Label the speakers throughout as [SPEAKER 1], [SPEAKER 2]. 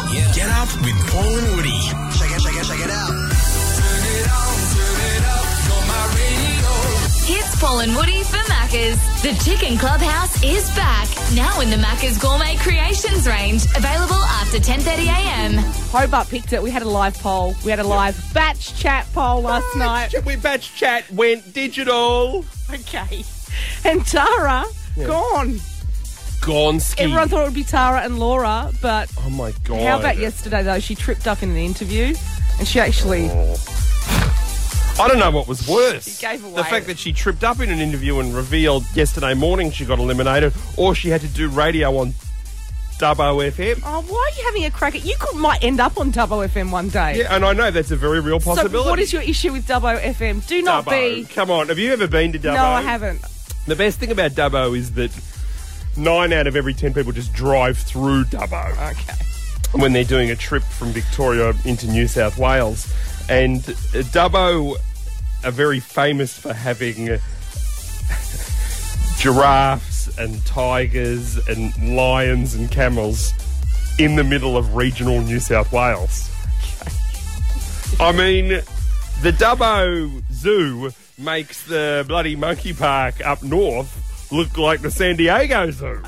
[SPEAKER 1] Off with Paul and Woody.
[SPEAKER 2] Check it, check it, check it out.
[SPEAKER 3] It's Paul and Woody for Maccas. The Chicken Clubhouse is back, now in the Maccas Gourmet Creations range, available after 10.30am.
[SPEAKER 4] Hobart picked it. We had a live poll. We had a live batch chat poll last night.
[SPEAKER 5] We batch chat went digital.
[SPEAKER 4] Okay. And Tara, gone.
[SPEAKER 5] Gonski.
[SPEAKER 4] Everyone thought it would be Tara and Laura, but
[SPEAKER 5] oh my god.
[SPEAKER 4] how about yesterday, though? She tripped up in an interview and she actually.
[SPEAKER 5] Oh. I don't know what was worse.
[SPEAKER 4] gave away.
[SPEAKER 5] The fact that she tripped up in an interview and revealed yesterday morning she got eliminated, or she had to do radio on Dubbo FM.
[SPEAKER 4] Oh, why are you having a crack at You could might end up on Dubbo FM one day.
[SPEAKER 5] Yeah, and I know that's a very real
[SPEAKER 4] so,
[SPEAKER 5] possibility.
[SPEAKER 4] what is your issue with Dubbo FM? Do not
[SPEAKER 5] Dubbo?
[SPEAKER 4] be.
[SPEAKER 5] Come on, have you ever been to Dubbo?
[SPEAKER 4] No, I haven't.
[SPEAKER 5] The best thing about Dubbo is that nine out of every ten people just drive through Dubbo.
[SPEAKER 4] Okay.
[SPEAKER 5] when they're doing a trip from Victoria into New South Wales. And uh, Dubbo are very famous for having uh, giraffes and tigers and lions and camels in the middle of regional New South Wales. I mean, the Dubbo Zoo makes the bloody monkey park up north look like the San Diego Zoo.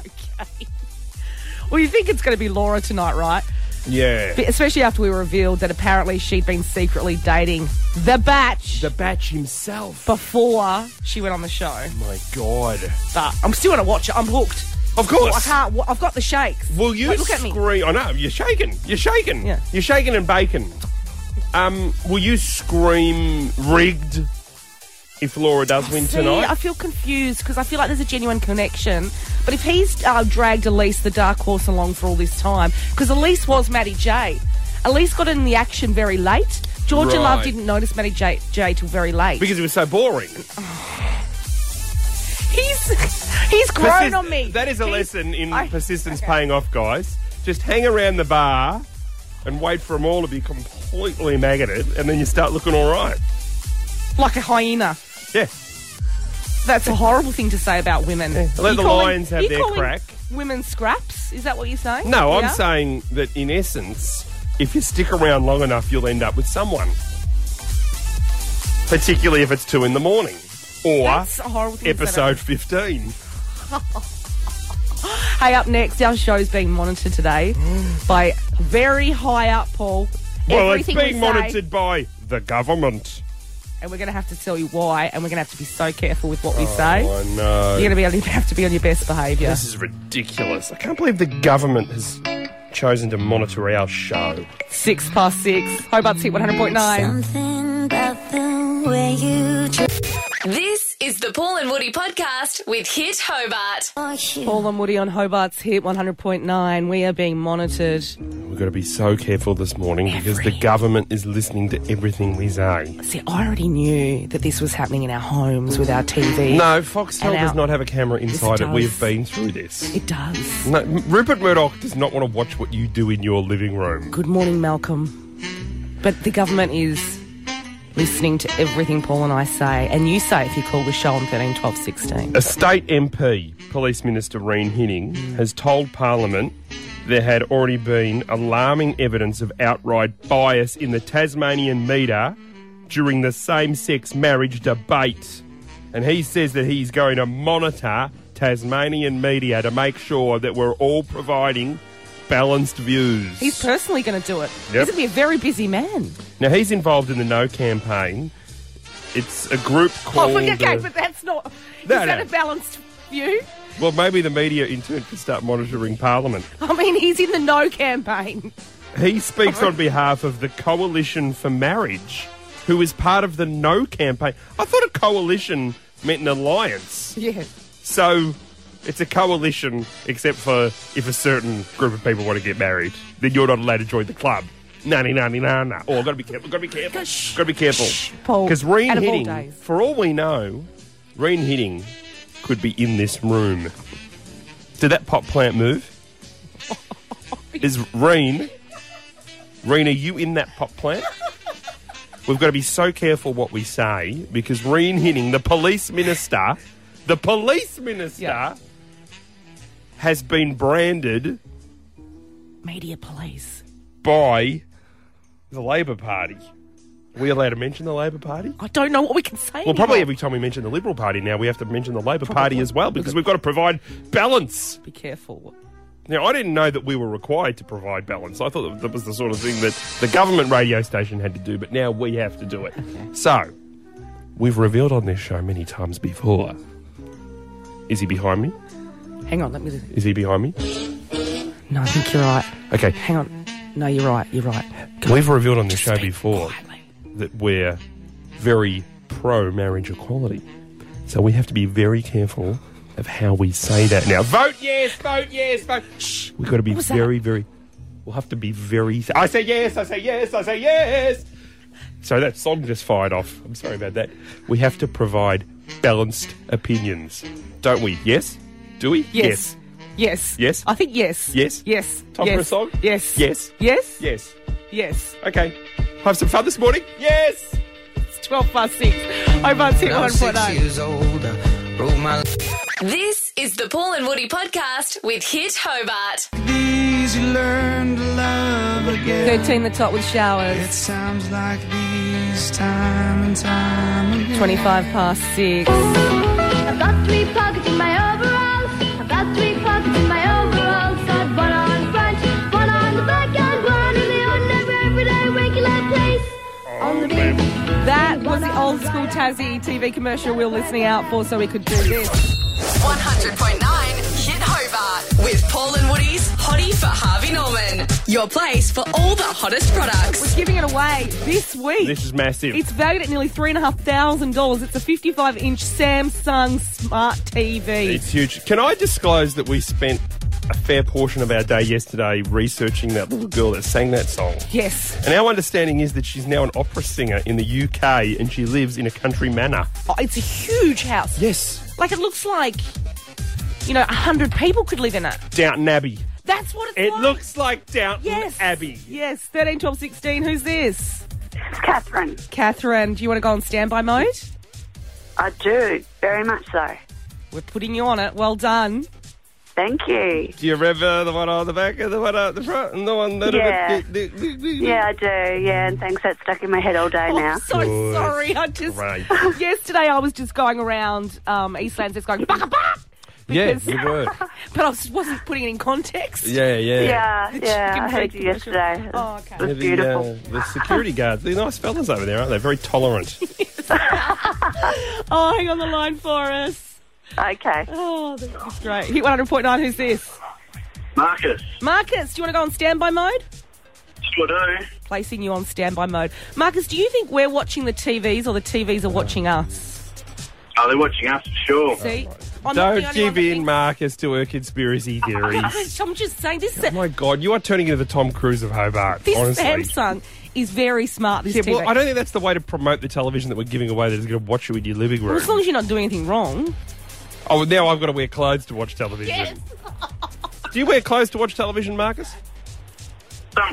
[SPEAKER 4] Well, you think it's going to be Laura tonight, right?
[SPEAKER 5] Yeah.
[SPEAKER 4] But especially after we revealed that apparently she'd been secretly dating the batch
[SPEAKER 5] The Batch himself.
[SPEAKER 4] before she went on the show.
[SPEAKER 5] my God.
[SPEAKER 4] But I'm still going to watch it. I'm hooked.
[SPEAKER 5] Of course.
[SPEAKER 4] I can't. wa- I've got the shakes.
[SPEAKER 5] Will you
[SPEAKER 4] Wait, look at me.
[SPEAKER 5] scream? I know you're shaking. You're shaking.
[SPEAKER 4] Yeah.
[SPEAKER 5] You're shaking and bacon. Um, will you scream rigged if Laura does win
[SPEAKER 4] See,
[SPEAKER 5] tonight?
[SPEAKER 4] I feel confused because I feel like there's a genuine connection. But if he's uh, dragged Elise, the dark horse, along for all this time, because Elise was Maddie J. Elise got in the action very late. Georgia
[SPEAKER 5] Right.
[SPEAKER 4] Love didn't notice Maddie J, J till very late.
[SPEAKER 5] because it was so boring.
[SPEAKER 4] he's he's grown
[SPEAKER 5] Persist-
[SPEAKER 4] on me.
[SPEAKER 5] That is a
[SPEAKER 4] He's-
[SPEAKER 5] lesson in
[SPEAKER 4] I-
[SPEAKER 5] persistence
[SPEAKER 4] okay.
[SPEAKER 5] paying off, guys. Just hang around the bar and wait for them all to be completely maggoted, and then you start looking all right.
[SPEAKER 4] like a hyena.
[SPEAKER 5] Yeah.
[SPEAKER 4] That's a horrible thing to say about women.
[SPEAKER 5] Let
[SPEAKER 4] You
[SPEAKER 5] the
[SPEAKER 4] calling-
[SPEAKER 5] lions have
[SPEAKER 4] you
[SPEAKER 5] their
[SPEAKER 4] calling
[SPEAKER 5] crack.
[SPEAKER 4] Women scraps? Is that what you're saying?
[SPEAKER 5] No, I'm
[SPEAKER 4] Yeah?
[SPEAKER 5] saying that in essence, if you stick around long enough, you'll end up with someone. Particularly if it's two in the morning or
[SPEAKER 4] That's a horrible thing to say about
[SPEAKER 5] episode 15.
[SPEAKER 4] Hey, up next, our show's being monitored today by very high up, Paul.
[SPEAKER 5] Mm. Well,
[SPEAKER 4] Everything
[SPEAKER 5] it's
[SPEAKER 4] we
[SPEAKER 5] being
[SPEAKER 4] say,
[SPEAKER 5] monitored by the government.
[SPEAKER 4] And we're going to have to tell you why, and we're going to have to be so careful with what
[SPEAKER 5] Oh.
[SPEAKER 4] we say.
[SPEAKER 5] I know.
[SPEAKER 4] You're going to be able to have to be on your best behaviour.
[SPEAKER 5] This is ridiculous. I can't believe the government has chosen to monitor our show.
[SPEAKER 4] Six past six. Hobart's hit 100.9.
[SPEAKER 6] Something about the way you just
[SPEAKER 3] This is the Paul and Woody podcast with Hit Hobart.
[SPEAKER 4] Paul and Woody on Hobart's hit 100.9. We are being monitored.
[SPEAKER 5] We've got to be so careful this morning because the government is listening to everything we say.
[SPEAKER 4] See, I already knew that this was happening in our homes with our TV.
[SPEAKER 5] No, Foxtel
[SPEAKER 4] And
[SPEAKER 5] does
[SPEAKER 4] our-
[SPEAKER 5] not have a camera inside it.
[SPEAKER 4] does.
[SPEAKER 5] We've been through this.
[SPEAKER 4] It does.
[SPEAKER 5] No, M- Rupert Murdoch does not want to watch what you do in your living room.
[SPEAKER 4] Good morning, Malcolm. But the government is listening to everything Paul and I say, and you say if you call the show on 13 12 16.
[SPEAKER 5] A state MP, Police Minister Reen Hinning, has told Parliament there had already been alarming evidence of outright bias in the Tasmanian metre during the same sex marriage debate. And he says that he's going to monitor Tasmanian media to make sure that we're all providing balanced views.
[SPEAKER 4] He's personally going to do it.
[SPEAKER 5] Yep.
[SPEAKER 4] He's going to be a very busy man.
[SPEAKER 5] now, he's involved in the No campaign. It's a group called.
[SPEAKER 4] but- okay,
[SPEAKER 5] uh,
[SPEAKER 4] Oh, but that's not. Is
[SPEAKER 5] No,
[SPEAKER 4] that
[SPEAKER 5] no.
[SPEAKER 4] a balanced view?
[SPEAKER 5] Well, maybe the media in turn could start monitoring Parliament.
[SPEAKER 4] I mean, he's in the no campaign.
[SPEAKER 5] He speaks on behalf of the Coalition for Marriage, who is part of the No campaign. I thought a coalition meant an alliance.
[SPEAKER 4] Yeah.
[SPEAKER 5] So it's a coalition, except for if a certain group of people want to get married, then you're not allowed to join the club. No, no, no, no, no, no. Oh, I've got to be careful. Got to be careful.
[SPEAKER 4] Shh.
[SPEAKER 5] Got to be careful.
[SPEAKER 4] Shh, Paul.
[SPEAKER 5] Because Reen
[SPEAKER 4] Out of all
[SPEAKER 5] Hitting,
[SPEAKER 4] days.
[SPEAKER 5] for all we know, Reen Hitting could be in this room. Did that pot plant move? Is Reen? Reen, are you in that pot plant? We've got to be so careful what we say because Reen Hinning, the police minister, the police minister
[SPEAKER 4] Yeah.
[SPEAKER 5] has been branded
[SPEAKER 4] Media police.
[SPEAKER 5] by the Labor Party. Are we allowed to mention the Labor Party?
[SPEAKER 4] I don't know what we can say.
[SPEAKER 5] Well, probably
[SPEAKER 4] anymore.
[SPEAKER 5] every time we mention the Liberal Party now, we have to mention the Labor Party as well because we've got to provide balance.
[SPEAKER 4] Be careful.
[SPEAKER 5] Now, I didn't know that we were required to provide balance. I thought that that was the sort of thing that the government radio station had to do, but now we have to do it. So, we've revealed on this show many times before. Is he behind me?
[SPEAKER 4] Hang on, let me. Just...
[SPEAKER 5] Is he behind me?
[SPEAKER 4] No, I think you're right.
[SPEAKER 5] Okay.
[SPEAKER 4] Hang on. No, you're right. You're right. Go
[SPEAKER 5] We've revealed on this show
[SPEAKER 4] speak
[SPEAKER 5] before
[SPEAKER 4] quietly.
[SPEAKER 5] that we're very pro marriage equality. So we have to be very careful of how we say that now. Vote yes, vote yes, vote. Shh, we've got to be
[SPEAKER 4] was that?
[SPEAKER 5] very, very. We'll have to be very. I say yes, I say yes, I say yes. So that song just fired off. I'm sorry about that. We have to provide balanced opinions, don't we? Yes? Do we?
[SPEAKER 4] Yes. Yes.
[SPEAKER 5] Yes.
[SPEAKER 4] I think yes.
[SPEAKER 5] Yes.
[SPEAKER 4] Yes.
[SPEAKER 5] Time
[SPEAKER 4] yes.
[SPEAKER 5] for a song?
[SPEAKER 4] Yes.
[SPEAKER 5] Yes.
[SPEAKER 4] Yes.
[SPEAKER 5] Yes. yes.
[SPEAKER 4] Yes.
[SPEAKER 5] Okay. Have some fun this morning? Yes!
[SPEAKER 4] It's 12 past 6. Over to
[SPEAKER 2] I'm
[SPEAKER 4] 1.0.
[SPEAKER 2] six years old. I wrote my
[SPEAKER 3] This is the Paul and Woody podcast with Hit Hobart.
[SPEAKER 4] 13 the top with showers.
[SPEAKER 1] Times like these, time and time again.
[SPEAKER 4] 25 past 6.
[SPEAKER 7] I've got three pockets in my overalls. I've got three pockets in my overalls. I've one on front, one on the back, and one in the ordinary, everyday, regular place. On the big
[SPEAKER 4] That was the old school Tassie TV commercial we were listening out for so we could do this.
[SPEAKER 8] 100.9 Hit Hobart with Paul and Woody's Hottie for Harvey Norman. Your place for all the hottest products.
[SPEAKER 4] We're giving it away this week.
[SPEAKER 5] This is massive.
[SPEAKER 4] It's valued at nearly $3,500. It's a 55 inch Samsung smart TV.
[SPEAKER 5] It's huge. Can I disclose that we spent a fair portion of our day yesterday researching that little girl that sang that song?
[SPEAKER 4] yes.
[SPEAKER 5] And our understanding is that she's now an opera singer in the UK and she lives in a country manor.
[SPEAKER 4] Oh, it's a huge house.
[SPEAKER 5] Yes.
[SPEAKER 4] Like it looks like, you know, 100 people could live in it.
[SPEAKER 5] Downton Abbey.
[SPEAKER 4] That's what it's
[SPEAKER 5] It
[SPEAKER 4] like.
[SPEAKER 5] looks like Downton
[SPEAKER 4] Yes.
[SPEAKER 5] Abbey.
[SPEAKER 4] Yes. 13, 12, 16. Who's this?
[SPEAKER 9] Catherine,
[SPEAKER 4] Catherine, do you want to go on standby mode?
[SPEAKER 9] I do, very much so.
[SPEAKER 4] We're putting you on it. Well done.
[SPEAKER 9] Thank you.
[SPEAKER 5] Do you remember the one on the back and the one on the front and the one that...
[SPEAKER 9] Yeah. Yeah, I do. Yeah, and thanks, that's stuck in my head all day
[SPEAKER 4] Oh,
[SPEAKER 9] now.
[SPEAKER 4] I'm so
[SPEAKER 5] Good.
[SPEAKER 4] sorry. I just
[SPEAKER 5] Great.
[SPEAKER 4] yesterday I was just going around um, Eastlands, just going baka bak,
[SPEAKER 5] Yeah,
[SPEAKER 4] Because-
[SPEAKER 5] you were.
[SPEAKER 4] but I was, wasn't putting it in context.
[SPEAKER 5] Yeah, yeah.
[SPEAKER 9] Yeah, yeah,
[SPEAKER 4] chicken
[SPEAKER 9] I heard you
[SPEAKER 4] feed
[SPEAKER 9] yesterday.
[SPEAKER 4] Oh, okay.
[SPEAKER 5] Yeah,
[SPEAKER 9] It was
[SPEAKER 5] The,
[SPEAKER 9] beautiful.
[SPEAKER 5] uh, the security guards, they're nice fellas over there, aren't they? Very tolerant.
[SPEAKER 4] Oh, hang on the line for us.
[SPEAKER 9] Okay.
[SPEAKER 4] Oh, that's great. Hit 100.9. Who's this?
[SPEAKER 10] Marcus,
[SPEAKER 4] Marcus, do you want to go on standby mode?
[SPEAKER 10] sure do.
[SPEAKER 4] Placing you on standby mode. Marcus, do you think we're watching the TVs or the TVs are watching us?
[SPEAKER 10] Oh, they're watching us for sure.
[SPEAKER 4] See, I'm not the
[SPEAKER 5] Don't
[SPEAKER 4] only one
[SPEAKER 5] give
[SPEAKER 4] that
[SPEAKER 5] in,
[SPEAKER 4] thinks-
[SPEAKER 5] Marcus, to her conspiracy theories.
[SPEAKER 4] I'm just saying this.
[SPEAKER 5] My God, you are turning into the Tom Cruise of Hobart.
[SPEAKER 4] this
[SPEAKER 5] honestly.
[SPEAKER 4] Samsung is very smart. This
[SPEAKER 5] Yeah,
[SPEAKER 4] TV.
[SPEAKER 5] well, I don't think that's the way to promote the television that we're giving away. That is going to watch you in your living
[SPEAKER 4] Well,
[SPEAKER 5] room.
[SPEAKER 4] as long as you're not doing anything wrong.
[SPEAKER 5] oh, now I've got to wear clothes to watch television. Do you wear clothes to watch television, Marcus?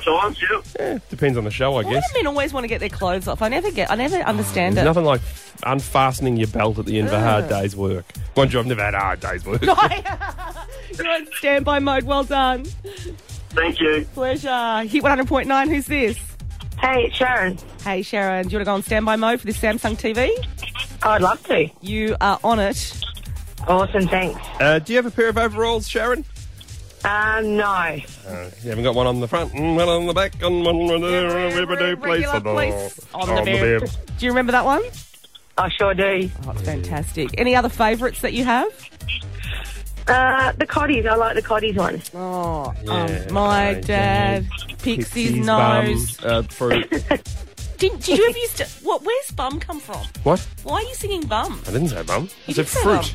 [SPEAKER 10] Sometimes, yeah.
[SPEAKER 5] Eh, depends on the show,
[SPEAKER 4] Why
[SPEAKER 5] I
[SPEAKER 4] do
[SPEAKER 5] guess.
[SPEAKER 4] men always want to get their clothes off? I never get. I never understand
[SPEAKER 5] There's
[SPEAKER 4] it.
[SPEAKER 5] nothing like unfastening your belt at the end of a hard day's work. Mind you, I've never had a hard day's work.
[SPEAKER 4] You're on standby mode. Well done.
[SPEAKER 10] Thank you.
[SPEAKER 4] Pleasure. Hit 100.9. Who's this?
[SPEAKER 11] Hey, it's Sharon.
[SPEAKER 4] Hey, Sharon. Do you want to go on standby mode for this Samsung TV?
[SPEAKER 11] I'd love to.
[SPEAKER 4] You are on it.
[SPEAKER 11] Awesome, thanks.
[SPEAKER 5] Uh, do you have a pair of overalls, Sharon?
[SPEAKER 11] Um, no.
[SPEAKER 5] Uh, you haven't got one on the front and one on the back and one on the
[SPEAKER 4] Regular
[SPEAKER 5] everyday place on the,
[SPEAKER 4] place on the bed.
[SPEAKER 5] bed.
[SPEAKER 4] Do you remember that one?
[SPEAKER 11] I sure do.
[SPEAKER 4] Oh, it's fantastic. Any other favourites that you have?
[SPEAKER 11] Uh, the Cotties. I like the Cotties one.
[SPEAKER 4] Oh,
[SPEAKER 5] Yeah,
[SPEAKER 4] um, my
[SPEAKER 5] okay.
[SPEAKER 4] dad. Pixie's, nose.
[SPEAKER 5] bum, uh, fruit.
[SPEAKER 4] Did, did you ever used to? What? Where's bum come from?
[SPEAKER 5] what?
[SPEAKER 4] Why are you singing bum?
[SPEAKER 5] I didn't say bum. I
[SPEAKER 4] You
[SPEAKER 5] said
[SPEAKER 4] did say
[SPEAKER 5] fruit.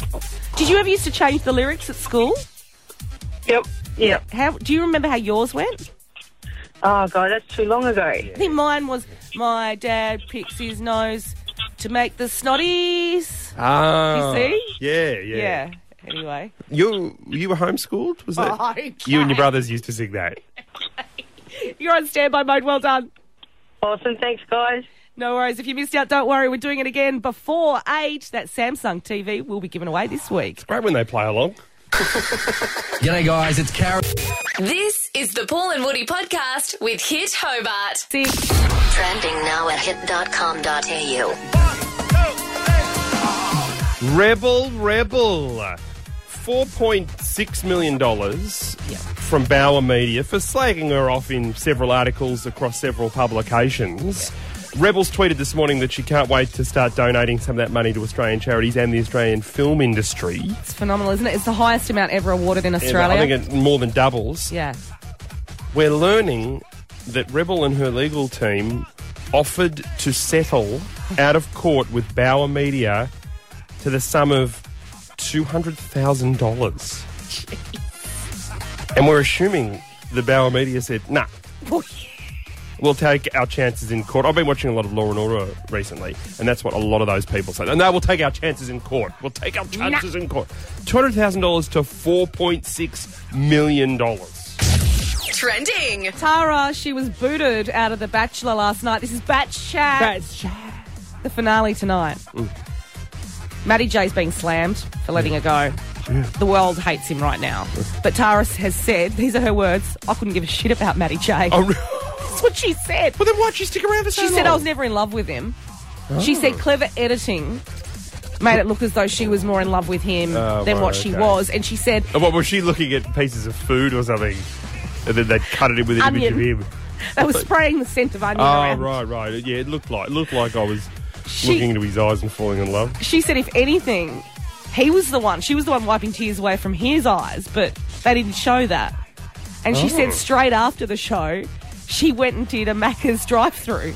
[SPEAKER 4] Did you ever used to change the lyrics at school?
[SPEAKER 11] Yep. Yep.
[SPEAKER 4] How do you remember how yours went?
[SPEAKER 11] Oh, God, that's too long ago.
[SPEAKER 4] I think mine was my dad picks his nose to make the snotties. You
[SPEAKER 5] Ah.
[SPEAKER 4] see?
[SPEAKER 5] Yeah, yeah.
[SPEAKER 4] Yeah. Anyway.
[SPEAKER 5] You you were homeschooled, was that?
[SPEAKER 4] Okay.
[SPEAKER 5] You and your brothers used to sing that.
[SPEAKER 4] You're on standby mode. Well done.
[SPEAKER 11] Awesome, thanks, guys.
[SPEAKER 4] No worries. If you missed out, don't worry. We're doing it again before eight. That Samsung TV will be given away this week.
[SPEAKER 5] Great when they play along.
[SPEAKER 2] G'day, guys. It's Carol.
[SPEAKER 3] This is the Paul and Woody podcast with Hit Hobart.
[SPEAKER 12] Trending now at hit.com.au.
[SPEAKER 5] Rebel, Rebel. $4.6 million from Bauer Media for slagging her off in several articles across several publications. Rebels tweeted this morning that she can't wait to start donating some of that money to Australian charities and the Australian film industry.
[SPEAKER 4] It's phenomenal, isn't it? It's the highest amount ever awarded in
[SPEAKER 5] And
[SPEAKER 4] Australia.
[SPEAKER 5] I think it more than doubles.
[SPEAKER 4] yeah.
[SPEAKER 5] We're learning that Rebel and her legal team offered to settle out of court with Bauer Media to the sum of $200,000. And we're assuming the Bauer Media said, nah, we'll take our chances in court. I've been watching a lot of Law and Order recently, and that's what a lot of those people say. No, we'll take our chances in court. We'll take our chances in court. $200,000 to $4.6 million.
[SPEAKER 4] Trending. Tara, she was booted out of The Bachelor last night. This is Batch Chat. Batch Chat. The finale tonight.
[SPEAKER 5] Mm.
[SPEAKER 4] Maddie J's being slammed for letting her go. The world hates him right now.
[SPEAKER 5] Mm.
[SPEAKER 4] But Tara has said, these are her words, I couldn't give a shit about Maddie J.
[SPEAKER 5] Oh, re-
[SPEAKER 4] That's what she said.
[SPEAKER 5] Well, then why'd she stick around for so
[SPEAKER 4] She said, I
[SPEAKER 5] long?
[SPEAKER 4] was never in love with him.
[SPEAKER 5] Oh.
[SPEAKER 4] She said, clever editing made it look as though she was more in love with him
[SPEAKER 5] Oh,
[SPEAKER 4] than
[SPEAKER 5] well,
[SPEAKER 4] what she
[SPEAKER 5] okay.
[SPEAKER 4] was. And she said,
[SPEAKER 5] Oh, What was she looking at pieces of food or something? And then they cut it in with an image
[SPEAKER 4] Onion.
[SPEAKER 5] of him.
[SPEAKER 4] they were spraying the scent of onion
[SPEAKER 5] Oh,
[SPEAKER 4] around.
[SPEAKER 5] right, right. Yeah, it looked like it looked like I was
[SPEAKER 4] She-
[SPEAKER 5] looking into his eyes and falling in love.
[SPEAKER 4] she said if anything, he was the one. She was the one wiping tears away from his eyes, but they didn't show that. And she
[SPEAKER 5] Oh.
[SPEAKER 4] said straight after the show, she went and did a Macca's drive-through.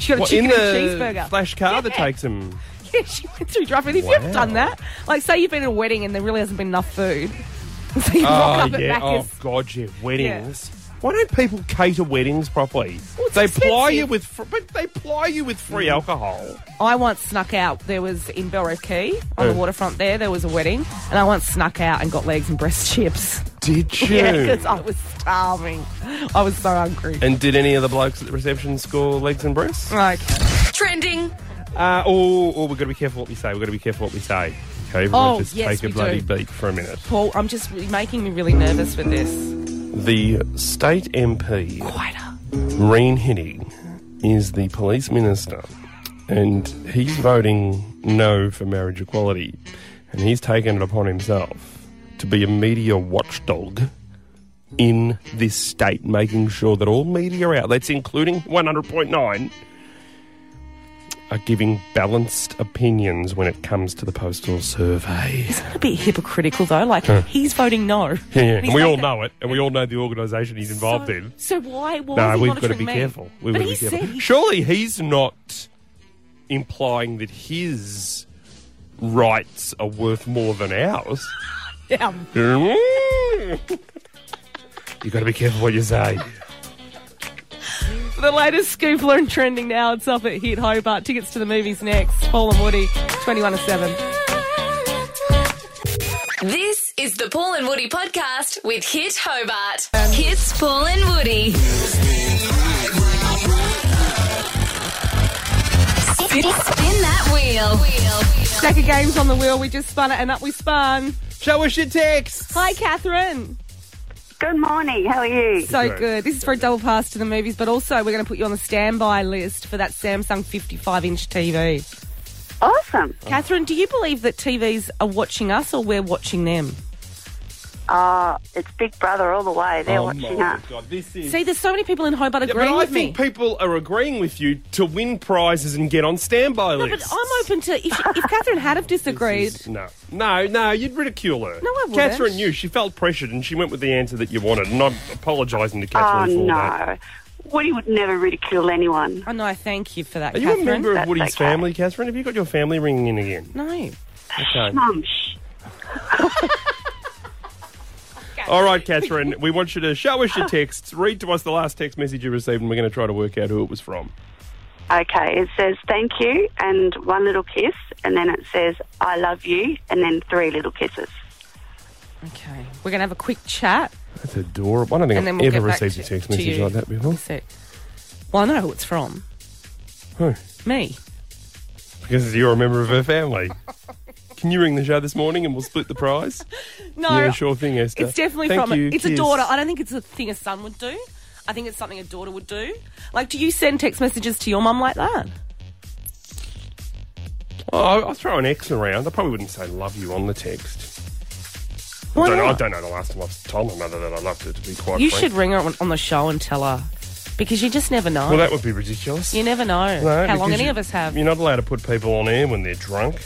[SPEAKER 4] She got a
[SPEAKER 5] What,
[SPEAKER 4] chicken
[SPEAKER 5] in
[SPEAKER 4] and
[SPEAKER 5] the
[SPEAKER 4] cheeseburger.
[SPEAKER 5] flash car that
[SPEAKER 4] Yeah.
[SPEAKER 5] takes him.
[SPEAKER 4] Yeah, she went through drive-through. Have you ever
[SPEAKER 5] Wow.
[SPEAKER 4] done that? Like, say you've been at a wedding and there really hasn't been enough food, so you
[SPEAKER 5] oh
[SPEAKER 4] walk up
[SPEAKER 5] yeah.
[SPEAKER 4] at
[SPEAKER 5] Oh
[SPEAKER 4] Macca's.
[SPEAKER 5] god, yeah. Weddings. Why don't people cater weddings properly?
[SPEAKER 4] it's
[SPEAKER 5] they ply
[SPEAKER 4] expensive. Mm.
[SPEAKER 5] you with fr- but they ply you with free alcohol.
[SPEAKER 4] I once snuck out. There was in Belrose Key on the
[SPEAKER 5] Oh.
[SPEAKER 4] waterfront. There, there was a wedding, and I once snuck out and got legs and breast chips.
[SPEAKER 5] Did you?
[SPEAKER 4] Yeah, because I was starving. I was so hungry.
[SPEAKER 5] And did any of the blokes at the reception score legs and breasts?
[SPEAKER 4] Okay.
[SPEAKER 8] Trending.
[SPEAKER 5] Uh, oh, oh, we've got to be careful what we say. We've got to be careful what we say. Okay, everyone
[SPEAKER 4] Oh,
[SPEAKER 5] just
[SPEAKER 4] yes,
[SPEAKER 5] take a
[SPEAKER 4] we
[SPEAKER 5] bloody
[SPEAKER 4] do.
[SPEAKER 5] beat for a minute.
[SPEAKER 4] Paul, I'm just you're making me really nervous with this.
[SPEAKER 5] The state MP, Reen Hitting, is the police minister, and he's voting no for marriage equality, and he's taken it upon himself to be a media watchdog in this state, making sure that all media outlets, including 100.9, are giving balanced opinions when it comes to the postal survey.
[SPEAKER 4] A bit hypocritical though. Like
[SPEAKER 5] Huh.
[SPEAKER 4] he's voting no.
[SPEAKER 5] Yeah, yeah. and
[SPEAKER 4] He's
[SPEAKER 5] we
[SPEAKER 4] like
[SPEAKER 5] all
[SPEAKER 4] that.
[SPEAKER 5] know it, and we all know the organisation he's involved
[SPEAKER 4] so,
[SPEAKER 5] in.
[SPEAKER 4] So why? why
[SPEAKER 5] No,
[SPEAKER 4] is he
[SPEAKER 5] we've got to
[SPEAKER 4] monitoring
[SPEAKER 5] be
[SPEAKER 4] me?
[SPEAKER 5] careful. We've
[SPEAKER 4] but
[SPEAKER 5] got
[SPEAKER 4] he
[SPEAKER 5] to be careful.
[SPEAKER 4] said he-
[SPEAKER 5] Surely he's not implying that his rights are worth more than ours.
[SPEAKER 4] Yeah.
[SPEAKER 5] You've got to be careful what you say.
[SPEAKER 4] For the latest scoopler and trending now. It's up at Hit Hobart. Tickets to the movies next. Paul and Woody, twenty-one to seven.
[SPEAKER 3] This is the Paul and Woody podcast with Hit Hobart. Hits Paul and Woody. Spin, spin that wheel.
[SPEAKER 4] Stack of games on the wheel. We just spun it and up we spun.
[SPEAKER 5] Show us your text.
[SPEAKER 4] Hi, Catherine.
[SPEAKER 9] Good morning. How are you?
[SPEAKER 4] So
[SPEAKER 9] Good.
[SPEAKER 4] good. This is for a double pass to the movies, but also we're going to put you on the standby list for that Samsung 55 inch TV.
[SPEAKER 9] Awesome.
[SPEAKER 4] Catherine, do you believe that TVs are watching us or we're watching them?
[SPEAKER 9] Uh, it's Big Brother all the way. They're
[SPEAKER 5] Oh,
[SPEAKER 9] watching
[SPEAKER 5] my
[SPEAKER 9] us.
[SPEAKER 5] God, this is.
[SPEAKER 4] See, there's so many people in Hobart
[SPEAKER 5] Yeah, but
[SPEAKER 4] agreeing
[SPEAKER 5] I
[SPEAKER 4] with
[SPEAKER 5] think
[SPEAKER 4] me.
[SPEAKER 5] people are agreeing with you to win prizes and get on standby
[SPEAKER 4] No, but
[SPEAKER 5] lists.
[SPEAKER 4] I'm open to if, if Catherine had have disagreed.
[SPEAKER 5] No, no, no, you'd ridicule her. No,
[SPEAKER 4] I wouldn't.
[SPEAKER 5] Catherine knew. She felt pressured and she went with the answer that you wanted. And I'm apologising to
[SPEAKER 9] Oh,
[SPEAKER 5] Catherine for that.
[SPEAKER 9] no. Woody would never ridicule anyone.
[SPEAKER 4] Oh no, thank you for that,
[SPEAKER 5] Are you
[SPEAKER 4] Catherine.
[SPEAKER 5] a member of
[SPEAKER 9] That's
[SPEAKER 5] Woody's
[SPEAKER 9] okay.
[SPEAKER 5] family, Catherine? Have you got your family ringing in again?
[SPEAKER 4] No.
[SPEAKER 5] Okay.
[SPEAKER 9] Mum, shh.
[SPEAKER 5] All right, Catherine, we want you to show
[SPEAKER 4] Oh.
[SPEAKER 5] us your texts, read to us the last text message you received, and we're going to try to work out who it was from.
[SPEAKER 9] Okay, it says thank you and one little kiss, and then it says I love you, and then three little kisses.
[SPEAKER 4] Okay, we're going to have a quick chat.
[SPEAKER 5] That's adorable. I don't think
[SPEAKER 4] And then
[SPEAKER 5] I've
[SPEAKER 4] we'll
[SPEAKER 5] ever
[SPEAKER 4] get back
[SPEAKER 5] received
[SPEAKER 4] to-
[SPEAKER 5] a text
[SPEAKER 4] to
[SPEAKER 5] message
[SPEAKER 4] you.
[SPEAKER 5] like that before.
[SPEAKER 4] Sec. Well, I know who it's from.
[SPEAKER 5] Who?
[SPEAKER 4] Me.
[SPEAKER 5] Because you're a member of her family. Can you ring the show this morning and we'll split the prize?
[SPEAKER 4] No,
[SPEAKER 5] Yeah, sure thing, Esther.
[SPEAKER 4] It's definitely
[SPEAKER 5] Thank
[SPEAKER 4] from
[SPEAKER 5] you,
[SPEAKER 4] it's a
[SPEAKER 5] kiss.
[SPEAKER 4] daughter. I don't think it's a thing a son would do. I think it's something a daughter would do. Like, do you send text messages to your mum like that?
[SPEAKER 5] Oh, I- I'll throw an X around. I probably wouldn't say love you on the text.
[SPEAKER 4] Why
[SPEAKER 5] I, don't, know- I
[SPEAKER 4] not?
[SPEAKER 5] don't know the last time I've told my mother that I loved her, to be quite
[SPEAKER 4] you
[SPEAKER 5] frank.
[SPEAKER 4] should ring her on, on the show and tell her because you just never know.
[SPEAKER 5] Well, that would be ridiculous.
[SPEAKER 4] you never know
[SPEAKER 5] No,
[SPEAKER 4] how long
[SPEAKER 5] because
[SPEAKER 4] any
[SPEAKER 5] you-
[SPEAKER 4] of us have.
[SPEAKER 5] You're not allowed to put people on air when they're drunk.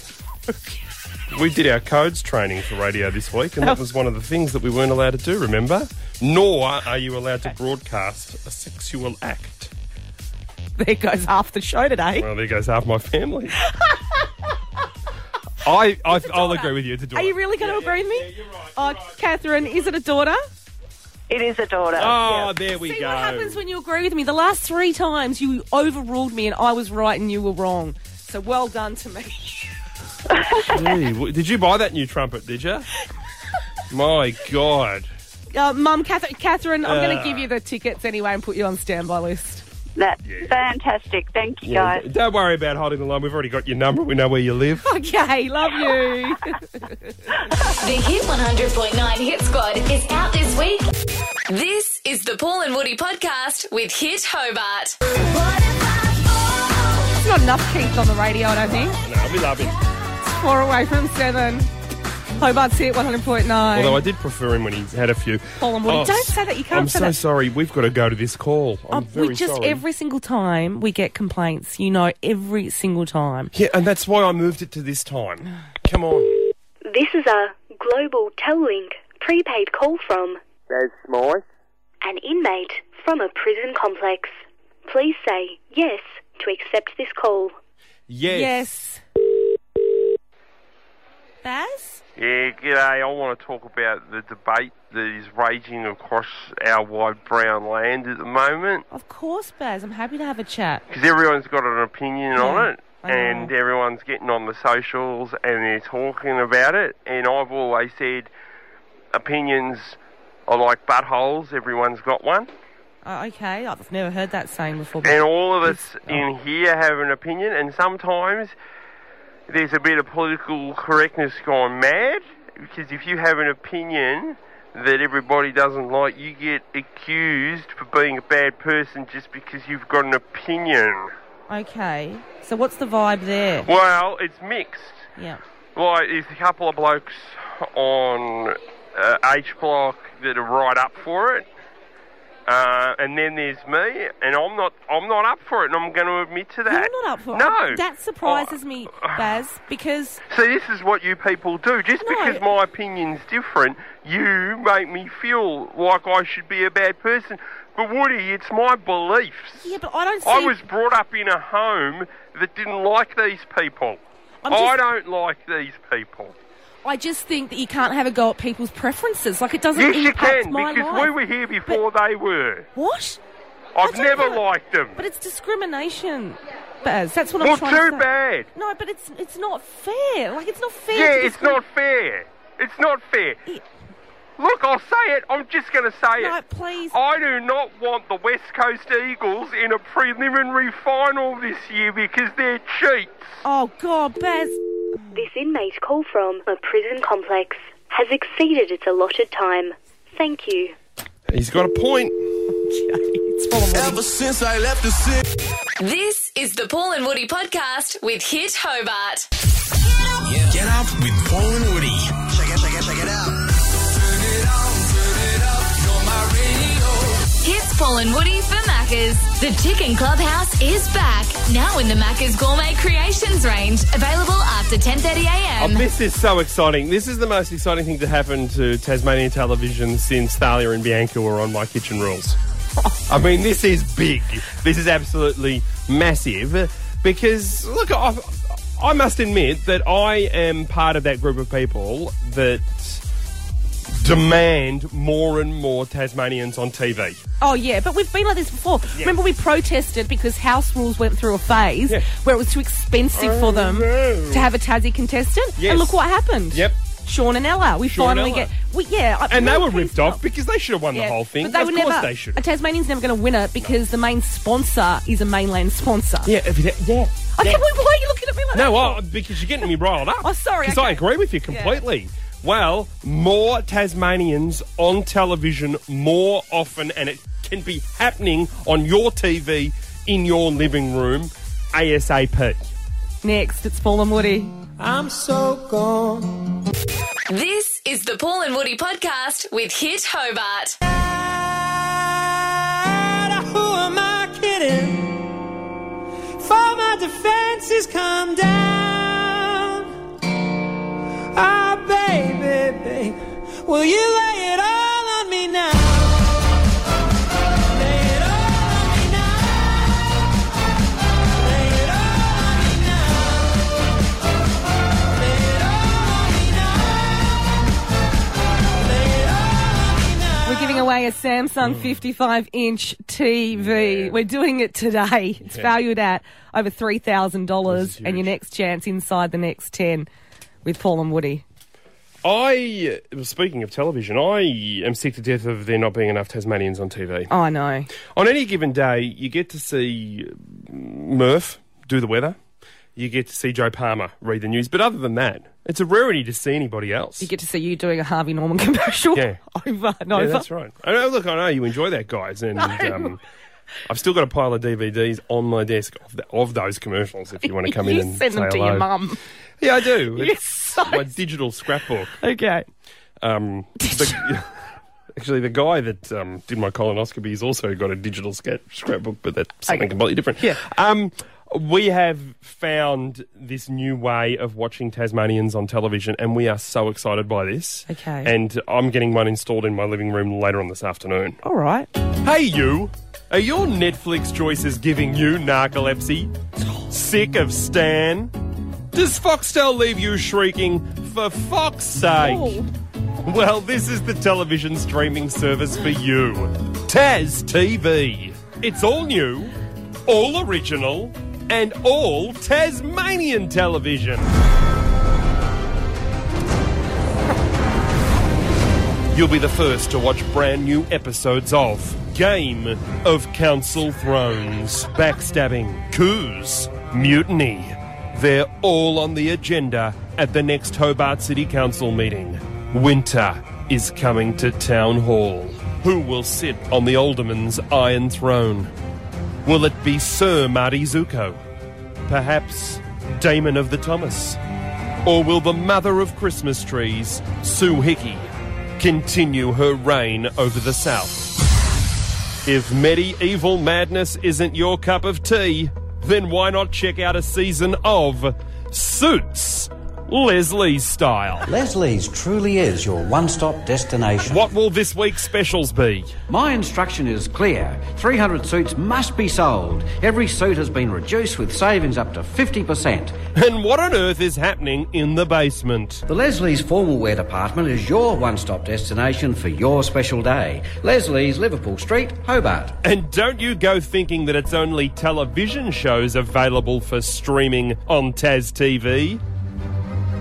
[SPEAKER 5] we did our codes training for radio this week,
[SPEAKER 4] Oh.
[SPEAKER 5] and that was one of the things that we weren't allowed to do, remember? Nor are you allowed to broadcast a sexual act.
[SPEAKER 4] There goes half the show today.
[SPEAKER 5] Well, there goes half my family. I, I, I'll agree with you. It's a daughter.
[SPEAKER 4] Are you really going to agree with me? oh, Catherine, is it a daughter?
[SPEAKER 11] It is a daughter.
[SPEAKER 5] Oh, there we
[SPEAKER 4] See
[SPEAKER 5] go.
[SPEAKER 4] what happens when you agree with me. The last three times you overruled me and I was right and you were wrong. So well done to me.
[SPEAKER 5] Gee, w- did you buy that new trumpet, did you? My God.
[SPEAKER 4] Uh, Mum, Catherine, Catherine I'm going
[SPEAKER 5] Uh.
[SPEAKER 4] to give you the tickets anyway and put you on standby list.
[SPEAKER 9] That's fantastic. Thank you,
[SPEAKER 5] Yeah,
[SPEAKER 9] guys.
[SPEAKER 5] don't worry about holding the line. We've already got your number. We know where you live.
[SPEAKER 4] Okay, love you.
[SPEAKER 3] The Hit 100.9 Hit Squad is out this week. This is the Paul and Woody podcast with Hit Hobart.
[SPEAKER 4] It's not enough Keith on the radio, I don't think.
[SPEAKER 5] No, we love him.
[SPEAKER 4] It's four away from seven. Hobart's here at 100.9.
[SPEAKER 5] Although I did prefer him when he had a few. Oh,
[SPEAKER 4] Paul and Woody, don't say that. You can't
[SPEAKER 5] I'm
[SPEAKER 4] say
[SPEAKER 5] so
[SPEAKER 4] that.
[SPEAKER 5] sorry. We've got to go to this call. I'm
[SPEAKER 4] Oh,
[SPEAKER 5] very
[SPEAKER 4] we just
[SPEAKER 5] sorry.
[SPEAKER 4] every single time we get complaints, you know, every single time.
[SPEAKER 5] Yeah, and that's why I moved it to this time. Come on.
[SPEAKER 13] This is a global Telelink prepaid call from
[SPEAKER 14] That's nice.
[SPEAKER 13] an inmate from a prison complex. Please say yes to accept this call.
[SPEAKER 5] Yes.
[SPEAKER 4] Yes. Baz?
[SPEAKER 5] Yeah, g'day. I want to talk about the debate that is raging across our wide brown land at the moment.
[SPEAKER 4] Of course, Baz. I'm happy to have a chat.
[SPEAKER 5] because everyone's got an opinion on it
[SPEAKER 4] I know.
[SPEAKER 5] and everyone's getting on the socials and they're talking about it and i've always said opinions are like buttholes everyone's got one
[SPEAKER 4] Oh, okay, I've never heard that saying before.
[SPEAKER 5] and all of us in here have an opinion and sometimes there's a bit of political correctness gone mad because if you have an opinion that everybody doesn't like you get accused for being a bad person just because you've got an opinion
[SPEAKER 4] Okay, so what's the vibe there?
[SPEAKER 5] well it's mixed
[SPEAKER 4] Yeah.
[SPEAKER 5] Like, there's a couple of blokes on uh, H Block that are right up for it, uh, and then there's me, and I'm not. I'm not up for it, and I'm going to admit to that.
[SPEAKER 4] You're not up for
[SPEAKER 5] no. Oh.
[SPEAKER 4] That surprises me, Baz, because
[SPEAKER 5] See, this is what you people do. Just
[SPEAKER 4] No.
[SPEAKER 5] because my opinion's different, you make me feel like I should be a bad person. But Woody, it's my beliefs.
[SPEAKER 4] yeah, but I don't see.
[SPEAKER 5] I was brought up in a home that didn't like these people.
[SPEAKER 4] I'm just-
[SPEAKER 5] I don't like these people.
[SPEAKER 4] I just think that you can't have a go at people's preferences. Like it doesn't
[SPEAKER 5] yes, you
[SPEAKER 4] impact
[SPEAKER 5] can,
[SPEAKER 4] my
[SPEAKER 5] because
[SPEAKER 4] life.
[SPEAKER 5] we were here before they were.
[SPEAKER 4] What?
[SPEAKER 5] I've
[SPEAKER 4] don't
[SPEAKER 5] never
[SPEAKER 4] know.
[SPEAKER 5] liked them.
[SPEAKER 4] But it's discrimination, Baz. That's what I'm
[SPEAKER 5] well,
[SPEAKER 4] trying to
[SPEAKER 5] too
[SPEAKER 4] say.
[SPEAKER 5] bad.
[SPEAKER 4] No, but it's it's not fair. Like it's not fair.
[SPEAKER 5] Yeah,
[SPEAKER 4] to
[SPEAKER 5] it's
[SPEAKER 4] discriminate.
[SPEAKER 5] not fair. It's not fair. Look, I'll say it. I'm just going to say
[SPEAKER 4] No,
[SPEAKER 5] it.
[SPEAKER 4] please.
[SPEAKER 5] I do not want the West Coast Eagles in a preliminary final this year because they're cheats.
[SPEAKER 4] Oh God, Baz.
[SPEAKER 13] This inmate call from a prison complex has exceeded its allotted time. Thank you.
[SPEAKER 5] He's got a point.
[SPEAKER 3] Ever since I left the city. This is the Paul and Woody podcast with Hit Hobart.
[SPEAKER 15] Get up with Paul and Woody. Check it, check it, check it out.
[SPEAKER 3] Hits Paul and Woody for Maccas. The Chicken Clubhouse is back now in the Maccas Gourmet Creations range, available after 10:30
[SPEAKER 5] Oh,
[SPEAKER 3] a.m.
[SPEAKER 5] this is so exciting. This is the most exciting thing to happen to Tasmanian television since Thalia and Bianca were on My Kitchen Rules. I mean, this is big. This is absolutely massive because, look, I, I must admit that I am part of that group of people that demand more and more Tasmanians on TV.
[SPEAKER 4] Oh yeah, but we've been like this before. Remember, we protested because house rules went through a phase where it was too expensive for them to have a Tassie contestant,
[SPEAKER 5] Yes.
[SPEAKER 4] and look what happened.
[SPEAKER 5] Yep.
[SPEAKER 4] Sean and Ella. We
[SPEAKER 5] Sean and
[SPEAKER 4] finally
[SPEAKER 5] Ella.
[SPEAKER 4] get. We, yeah, I-
[SPEAKER 5] And they
[SPEAKER 4] I'm
[SPEAKER 5] were
[SPEAKER 4] pissed
[SPEAKER 5] ripped off
[SPEAKER 4] off.
[SPEAKER 5] because they should have won
[SPEAKER 4] Yeah,
[SPEAKER 5] the whole thing.
[SPEAKER 4] But they
[SPEAKER 5] of
[SPEAKER 4] were
[SPEAKER 5] course
[SPEAKER 4] never.
[SPEAKER 5] they should.
[SPEAKER 4] A Tasmanian's never going to win it because the main sponsor is a mainland sponsor.
[SPEAKER 5] Yeah, if it- yeah.
[SPEAKER 4] I can't believe why are you looking at me like
[SPEAKER 5] No,
[SPEAKER 4] that?
[SPEAKER 5] well, because you're getting me riled up.
[SPEAKER 4] Oh, sorry,
[SPEAKER 5] Because I
[SPEAKER 4] okay.
[SPEAKER 5] agree with you completely. Well, more Tasmanians on television more often, and it can be happening on your TV in your living room ASAP.
[SPEAKER 4] Next, it's Paul and Woody.
[SPEAKER 3] I'm so gone. This is the Paul and Woody podcast with Hit Hobart.
[SPEAKER 1] Who am I kidding? For my defenses come down. Ah, baby, baby, will you lay it all on me now? Lay it all on me now. Lay it all on me now. Lay it all on me now. Lay it all
[SPEAKER 4] We're giving away a
[SPEAKER 5] Mm.
[SPEAKER 4] Samsung 55 inch TV. We're doing it today. It's
[SPEAKER 1] Yeah.
[SPEAKER 4] valued at over $3,000, and your next chance inside the next 10 with Paul and Woody.
[SPEAKER 5] I, well, speaking of television, I am sick to death of there not being enough Tasmanians on TV.
[SPEAKER 4] Oh, I know.
[SPEAKER 5] On any given day, you get to see Murph do the weather. You get to see Joe Palmer read the news. But other than that, it's a rarity to see anybody else.
[SPEAKER 4] You get to see you doing a Harvey Norman commercial
[SPEAKER 5] Yeah.
[SPEAKER 4] over and over.
[SPEAKER 5] Yeah, that's right. I know, look, I know you enjoy that, guys, and um, I've still got a pile of DVDs on my desk of, the, of those commercials. If you want to come in
[SPEAKER 4] You
[SPEAKER 5] and
[SPEAKER 4] send them
[SPEAKER 5] say
[SPEAKER 4] to
[SPEAKER 5] hello.
[SPEAKER 4] your mum.
[SPEAKER 5] Yeah, I do.
[SPEAKER 4] You're
[SPEAKER 5] It's
[SPEAKER 4] so-
[SPEAKER 5] my digital scrapbook.
[SPEAKER 4] Okay.
[SPEAKER 5] Um, the, actually, the guy that um, did my colonoscopy has also got a digital sca- scrapbook, but that's something completely different. Yeah. Um, we have found this new way of watching Tasmanians on television, and we are so excited by this.
[SPEAKER 4] Okay.
[SPEAKER 5] And I'm getting one installed in my living room later on this afternoon.
[SPEAKER 4] All right.
[SPEAKER 5] Hey, you. Are your Netflix choices giving you narcolepsy? Sick of Stan? Does Foxtel leave you shrieking, for fuck's sake?
[SPEAKER 4] Oh,
[SPEAKER 5] Well, this is the television streaming service for you Taz TV. It's all new, all original, and all Tasmanian television. You'll be the first to watch brand new episodes of Game of Council Thrones, backstabbing, coups, mutiny. They're all on the agenda at the next Hobart City Council meeting. Winter is coming to Town Hall. Who will sit on the Alderman's Iron Throne? Will it be Sir Marty Zuko? Perhaps Damon of the Thomas? Or will the mother of Christmas trees, Sue Hickey, continue her reign over the South? If medieval madness isn't your cup of tea, then why not check out a season of Suits Leslie's style?
[SPEAKER 14] Leslie's truly is your one stop destination.
[SPEAKER 5] What will this week's specials be?
[SPEAKER 14] My instruction is clear 300 suits must be sold. Every suit has been reduced with savings up to 50%.
[SPEAKER 5] And what on earth is happening in the basement?
[SPEAKER 14] The Leslie's formal wear department is your one stop destination for your special day. Leslie's, Liverpool Street, Hobart.
[SPEAKER 5] And don't you go thinking that it's only television shows available for streaming on Taz TV.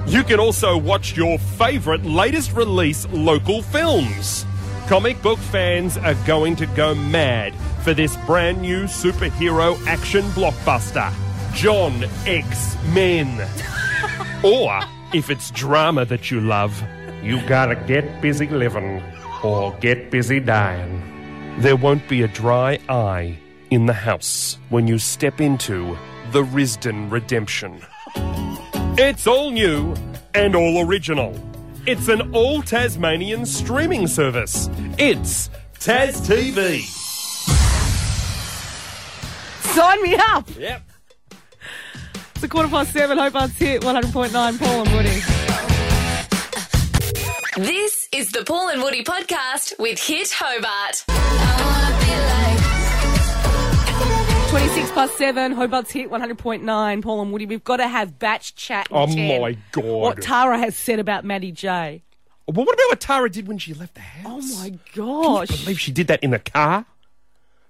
[SPEAKER 5] You can also watch your favourite latest release local films. Comic book fans are going to go mad for this brand new superhero action blockbuster John X Men. or if it's drama that you love, you gotta get busy living or get busy dying. There won't be a dry eye in the house when you step into the Risden Redemption. It's all new and all original. It's an all Tasmanian streaming service. It's Tas TV.
[SPEAKER 4] Sign me up.
[SPEAKER 5] Yep.
[SPEAKER 4] It's a quarter past seven. Hobart's hit 100.9 Paul and Woody.
[SPEAKER 3] This is the Paul and Woody podcast with Hit Hobart.
[SPEAKER 4] 26 past 7, Hobart's hit 100.9, Paul and Woody. We've got to have batch chat. in
[SPEAKER 5] Oh
[SPEAKER 4] 10.
[SPEAKER 5] my God.
[SPEAKER 4] What Tara has said about Maddie J.
[SPEAKER 5] Well, what about what Tara did when she left the house?
[SPEAKER 4] Oh my
[SPEAKER 5] I
[SPEAKER 4] gosh.
[SPEAKER 5] believe she did that in the car.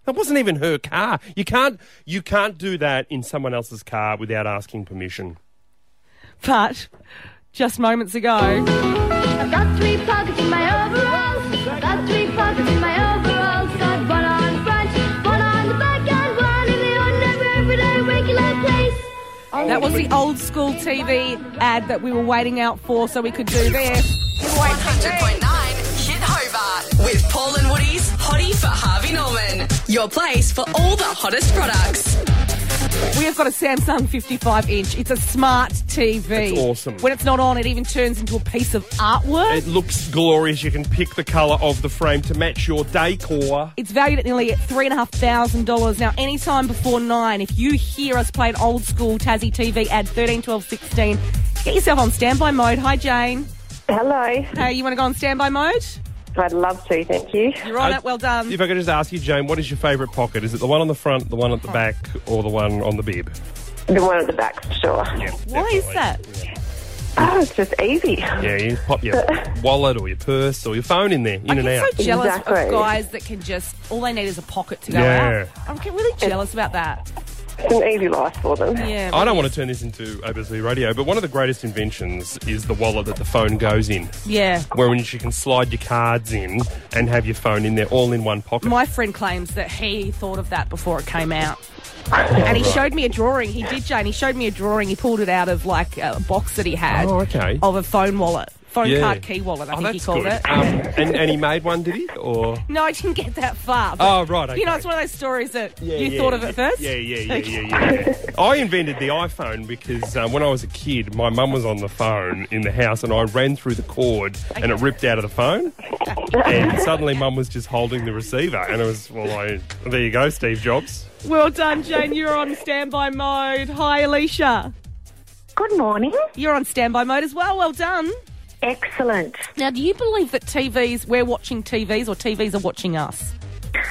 [SPEAKER 5] That wasn't even her car. You can't you can't do that in someone else's car without asking permission.
[SPEAKER 4] But just moments ago.
[SPEAKER 7] I've got three pockets in my overalls. I've got three pockets in my overalls. Got one on front, one on the back, and one in the ordinary, everyday, regular place.
[SPEAKER 4] That was the old school TV ad that we were waiting out for so we could do this.
[SPEAKER 8] 100.9 Hit Hobart with Paul and Woody's Hottie for Harvey Norman. Your place for all the hottest products.
[SPEAKER 4] We have got a Samsung 55 inch. It's a smart TV.
[SPEAKER 5] It's awesome.
[SPEAKER 4] When it's not on, it even turns into a piece of artwork.
[SPEAKER 5] It looks glorious. You can pick the colour of the frame to match your decor.
[SPEAKER 4] It's valued at nearly three and a half thousand dollars. Now, any time before nine, if you hear us play an old school Tassie TV ad 13, 12, 16, get yourself on standby mode. Hi, Jane. Hello. Hey, you want to go on standby mode? I'd love to. Thank you. You're on
[SPEAKER 5] Uh,
[SPEAKER 4] it. Well done.
[SPEAKER 5] If I could just ask you, Jane, what is your favourite pocket? Is it the one on the front, the one at the back, or the one on the bib?
[SPEAKER 11] The one at the back, sure.
[SPEAKER 4] Why is that?
[SPEAKER 11] Oh, it's just easy.
[SPEAKER 5] Yeah, you pop your wallet or your purse or your phone in there, in and
[SPEAKER 4] I'm
[SPEAKER 5] out.
[SPEAKER 4] so jealous of guys that can just all they need is a pocket to go
[SPEAKER 5] Yeah.
[SPEAKER 4] out. I'm getting really jealous about that.
[SPEAKER 11] It's an easy life for them.
[SPEAKER 4] Yeah.
[SPEAKER 5] I don't want to turn this into ABC radio, but one of the greatest inventions is the wallet that the phone goes in,
[SPEAKER 4] Yeah.
[SPEAKER 5] where when you can slide your cards in and have your phone in there all in one pocket. Oh,
[SPEAKER 4] My friend claims that he thought of that before it came out. And he
[SPEAKER 5] right.
[SPEAKER 4] showed me a drawing. He did, Jane. He showed me a drawing. He pulled it out of like a box that he had
[SPEAKER 5] Oh, okay.
[SPEAKER 4] of a phone wallet, phone
[SPEAKER 5] Yeah.
[SPEAKER 4] card key wallet. I
[SPEAKER 5] oh,
[SPEAKER 4] think he
[SPEAKER 5] that's
[SPEAKER 4] called
[SPEAKER 5] good.
[SPEAKER 4] it.
[SPEAKER 5] Um, and, and he made one, did he? Or
[SPEAKER 4] no, I didn't get that far.
[SPEAKER 5] Oh, right,
[SPEAKER 4] You know,
[SPEAKER 5] okay.
[SPEAKER 4] it's one of those stories that
[SPEAKER 5] Yeah,
[SPEAKER 4] you
[SPEAKER 5] yeah,
[SPEAKER 4] thought of
[SPEAKER 5] yeah.
[SPEAKER 4] it first.
[SPEAKER 5] Yeah, yeah, yeah, yeah, yeah. I invented the iPhone because um, when I was a kid, my mum was on the phone in the house, and I ran through the cord, and it ripped out of the phone, and suddenly mum was just holding the receiver, and it was well, I, there you go, Steve Jobs.
[SPEAKER 4] Well done, Jane. You're on standby mode. Hi, Alicia. Good morning. You're on standby mode as well. Well done. Excellent. Now, do you believe that TVs, we're watching TVs or TVs are watching us?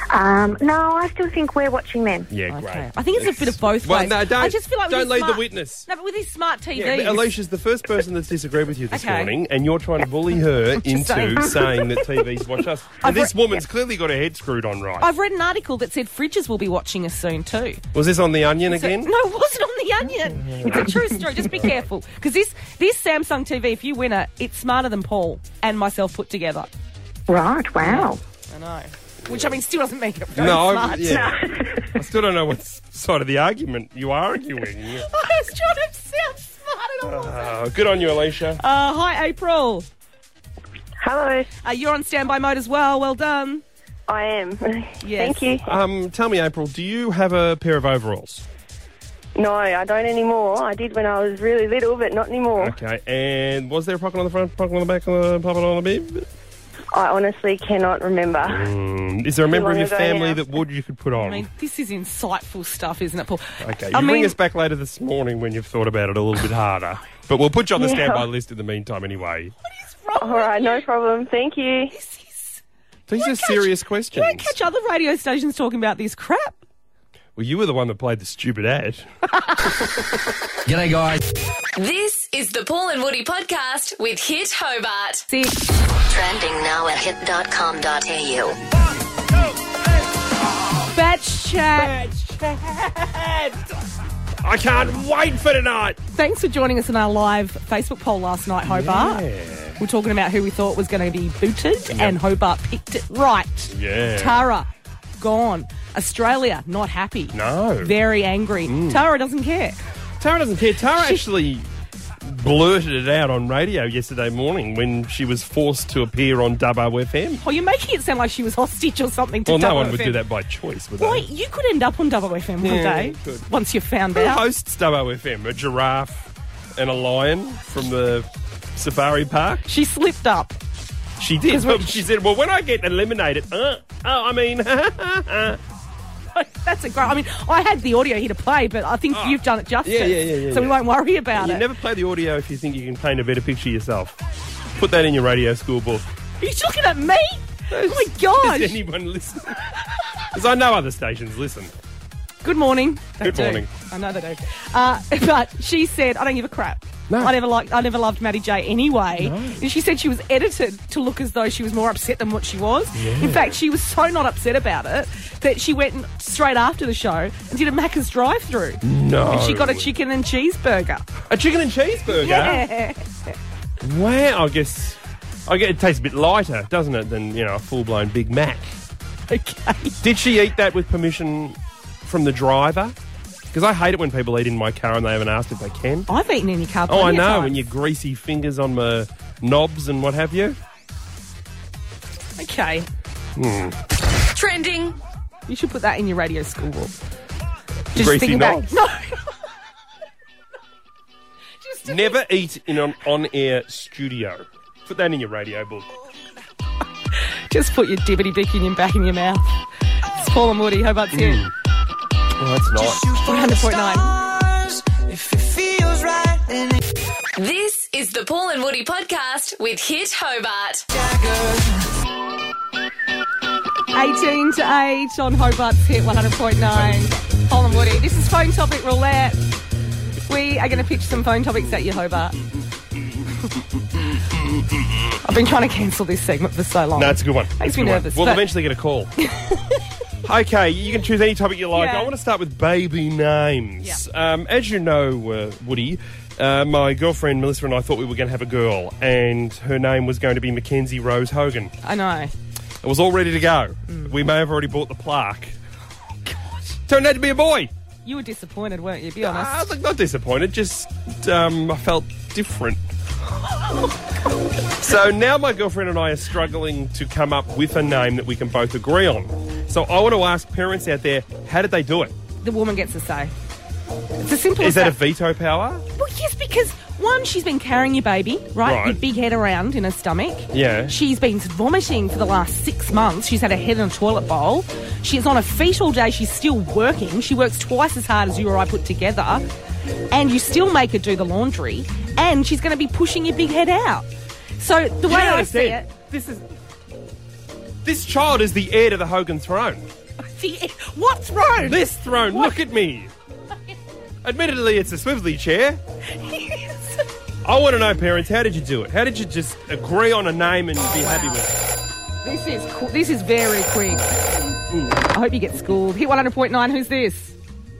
[SPEAKER 11] Um, no, I still think we're watching them.
[SPEAKER 5] Yeah,
[SPEAKER 4] great. I think it's a bit of both
[SPEAKER 5] Well,
[SPEAKER 4] ways.
[SPEAKER 5] no, don't-
[SPEAKER 4] I just feel like with
[SPEAKER 5] don't
[SPEAKER 4] these
[SPEAKER 5] lead the
[SPEAKER 4] smart-
[SPEAKER 5] witness.
[SPEAKER 4] No, but with these smart TVs.
[SPEAKER 5] Yeah, but Alicia's the first person that's disagreed with you this
[SPEAKER 4] Okay.
[SPEAKER 5] morning, and you're trying to bully her into
[SPEAKER 4] saying.
[SPEAKER 5] saying. that TVs watch us. And this woman's clearly got her head screwed on right.
[SPEAKER 4] I've read an article that said fridges will be watching us soon too.
[SPEAKER 5] Was this on the Onion
[SPEAKER 4] So-
[SPEAKER 5] again?
[SPEAKER 4] no, it wasn't on the Onion. It's a true story. Just be careful because this this Samsung TV, if you win it, it's smarter than Paul and myself put together.
[SPEAKER 11] Right, wow.
[SPEAKER 4] I know. Which I mean, still doesn't make it very
[SPEAKER 5] No, I,
[SPEAKER 4] smart.
[SPEAKER 5] yeah. I still don't know what s- side of the argument you are arguing.
[SPEAKER 4] I was trying to sound smart and I wasn't.
[SPEAKER 5] Uh, good on you, Alicia.
[SPEAKER 4] Uh, hi, April. Hello. Uh, you're on standby mode as well. Well done. I am. Yes.
[SPEAKER 11] Thank you.
[SPEAKER 5] Um, tell me, April, do you have a pair of overalls?
[SPEAKER 11] No, I don't anymore. I did when I was really little, but not anymore.
[SPEAKER 5] Okay, and was there a pocket on the front, pocket on the back, on the pocket on the bib?
[SPEAKER 11] I honestly cannot remember.
[SPEAKER 5] Mm, is there a
[SPEAKER 11] Too
[SPEAKER 5] member of
[SPEAKER 11] long
[SPEAKER 5] your
[SPEAKER 11] ago
[SPEAKER 5] family
[SPEAKER 11] now.
[SPEAKER 5] that would you could put on?
[SPEAKER 4] I mean, this is insightful stuff, isn't it, Paul?
[SPEAKER 5] Okay, you
[SPEAKER 4] I
[SPEAKER 5] bring
[SPEAKER 4] mean-
[SPEAKER 5] us back later this morning when you've thought about it a little bit harder. But we'll put you on the
[SPEAKER 11] Yeah.
[SPEAKER 5] standby list in the meantime anyway.
[SPEAKER 11] All right, no problem. Thank you.
[SPEAKER 5] These are serious questions.
[SPEAKER 4] You don't catch other radio stations talking about this crap.
[SPEAKER 5] Well, you were the one that played the stupid ad.
[SPEAKER 2] G'day, guys.
[SPEAKER 3] This is the Paul and Woody podcast with Hit Hobart.
[SPEAKER 12] Trending now at hit.com.au.
[SPEAKER 4] Batch chat.
[SPEAKER 5] I can't wait for tonight.
[SPEAKER 4] Thanks for joining us in our live Facebook poll last night, Hobart. We're talking about who we thought was going to be booted, and Hobart picked it right.
[SPEAKER 5] Yeah.
[SPEAKER 4] Tara, gone. Australia, not happy.
[SPEAKER 5] No. Mm.
[SPEAKER 4] Very angry. Tara doesn't care.
[SPEAKER 5] Tara doesn't care. Tara actually blurted it out on radio yesterday morning when she was forced to appear on Dubbo FM.
[SPEAKER 4] Oh, you're making it sound like she was hostage or something. To
[SPEAKER 5] Well, no
[SPEAKER 4] Dubbo
[SPEAKER 5] one would
[SPEAKER 4] FM.
[SPEAKER 5] do that by choice, would
[SPEAKER 4] Well,
[SPEAKER 5] they?
[SPEAKER 4] you could end up on Double FM one
[SPEAKER 5] Yeah,
[SPEAKER 4] day
[SPEAKER 5] you could.
[SPEAKER 4] once you're found
[SPEAKER 5] Who
[SPEAKER 4] out.
[SPEAKER 5] hosts Dubbo FM? A giraffe and a lion from the safari park?
[SPEAKER 4] She slipped up.
[SPEAKER 5] She did.
[SPEAKER 4] 'Cause when-
[SPEAKER 5] Well, she said, well, when I get eliminated, uh, oh, I mean,
[SPEAKER 4] That's a great. I mean, I had the audio here to play, but I think you've done it justice.
[SPEAKER 5] Ah. Yeah, yeah, yeah, yeah,
[SPEAKER 4] so we
[SPEAKER 5] yeah.
[SPEAKER 4] won't worry about
[SPEAKER 5] you
[SPEAKER 4] it.
[SPEAKER 5] never play the audio if you think you can paint a better picture yourself. Put that in your radio school book.
[SPEAKER 4] Are you looking at me? Oh my gosh!
[SPEAKER 5] Does anyone listen? Because I know other stations listen.
[SPEAKER 4] Good morning. They
[SPEAKER 5] Good
[SPEAKER 4] do.
[SPEAKER 5] morning.
[SPEAKER 4] I know they do. Uh, but she said, I don't give a crap. I never liked, I never loved Maddie J anyway. And she said she was edited to look as though she was more upset than what she was. In fact, she was so not upset about it that she went and- straight after the show and did a Macca's drive-through.
[SPEAKER 5] No.
[SPEAKER 4] And she got a chicken and cheeseburger.
[SPEAKER 5] A chicken and cheeseburger?
[SPEAKER 4] Yeah.
[SPEAKER 5] Wow, I guess I get it tastes a bit lighter, doesn't it, than you know a full blown Big Mac. Okay. Did she eat that with permission from the driver? Because I hate it when people eat in my car and they haven't asked if they can.
[SPEAKER 4] I've eaten any carb.
[SPEAKER 5] Oh, I
[SPEAKER 4] plenty of
[SPEAKER 5] know,
[SPEAKER 4] times.
[SPEAKER 5] and your greasy fingers on my knobs and what have you.
[SPEAKER 4] Okay.
[SPEAKER 5] Hmm.
[SPEAKER 4] Trending. You should put that in your radio school book.
[SPEAKER 5] Greasy
[SPEAKER 4] thinking
[SPEAKER 5] knobs.
[SPEAKER 4] No.
[SPEAKER 5] Never eat in an on-air studio. Put that in your radio book.
[SPEAKER 4] Just put your dibbity bick in your back in your mouth. It's Paul and Woody. Hobart's here.
[SPEAKER 5] Mm. Oh, that's nice.
[SPEAKER 4] 100.9.
[SPEAKER 3] If it feels right, This is the Paul and Woody podcast with Hit Hobart.
[SPEAKER 4] 18 to 8 on Hobart's Hit 100.9. Paul and Woody. This is Phone Topic Roulette. We are going to pitch some phone topics at you, Hobart. I've been trying to cancel this segment for so long.
[SPEAKER 5] No, it's a good one.
[SPEAKER 4] Makes
[SPEAKER 5] It's a
[SPEAKER 4] me
[SPEAKER 5] good one.
[SPEAKER 4] nervous.
[SPEAKER 5] We'll
[SPEAKER 4] but-
[SPEAKER 5] eventually get a call. okay, you can choose any topic you like.
[SPEAKER 4] Yeah.
[SPEAKER 5] I want to start with baby names. Um, as you know, uh, Woody, uh, my girlfriend Melissa and I thought we were going to have a girl, and her name was going to be Mackenzie Rose Hogan.
[SPEAKER 4] I know.
[SPEAKER 5] It was all ready to go.
[SPEAKER 4] Mm.
[SPEAKER 5] We may have already bought the plaque.
[SPEAKER 4] Oh,
[SPEAKER 5] Turned out to be a boy.
[SPEAKER 4] You were disappointed, weren't you? Be honest.
[SPEAKER 5] I was like, not disappointed, just um, I felt different. so now my girlfriend and I are struggling to come up with a name that we can both agree on. So I want to ask parents out there, how did they do it?
[SPEAKER 4] The woman gets to say. It's as simple
[SPEAKER 5] Is
[SPEAKER 4] as
[SPEAKER 5] that a veto power?
[SPEAKER 4] Well, yes, because one, she's been carrying your baby, right?
[SPEAKER 5] Right.
[SPEAKER 4] Your big head around in her stomach.
[SPEAKER 5] Yeah.
[SPEAKER 4] She's been vomiting for the last six months. She's had her head in a toilet bowl. She's on her feet all day. She's still working. She works twice as hard as you or I put together. And you still make her do the laundry. And she's going to be pushing your big head out. So the
[SPEAKER 5] You
[SPEAKER 4] way
[SPEAKER 5] don't
[SPEAKER 4] I see
[SPEAKER 5] understand.
[SPEAKER 4] it, this is
[SPEAKER 5] This child is the heir to the Hogan throne.
[SPEAKER 4] the, what's wrong?
[SPEAKER 5] This throne, look at me. Admittedly, it's a swivelly chair. I want to know, parents, how did you do it? How did you just agree on a name and be happy with
[SPEAKER 4] This is qu- this is very quick. I hope you get schooled. Hit 100.9. Who's this?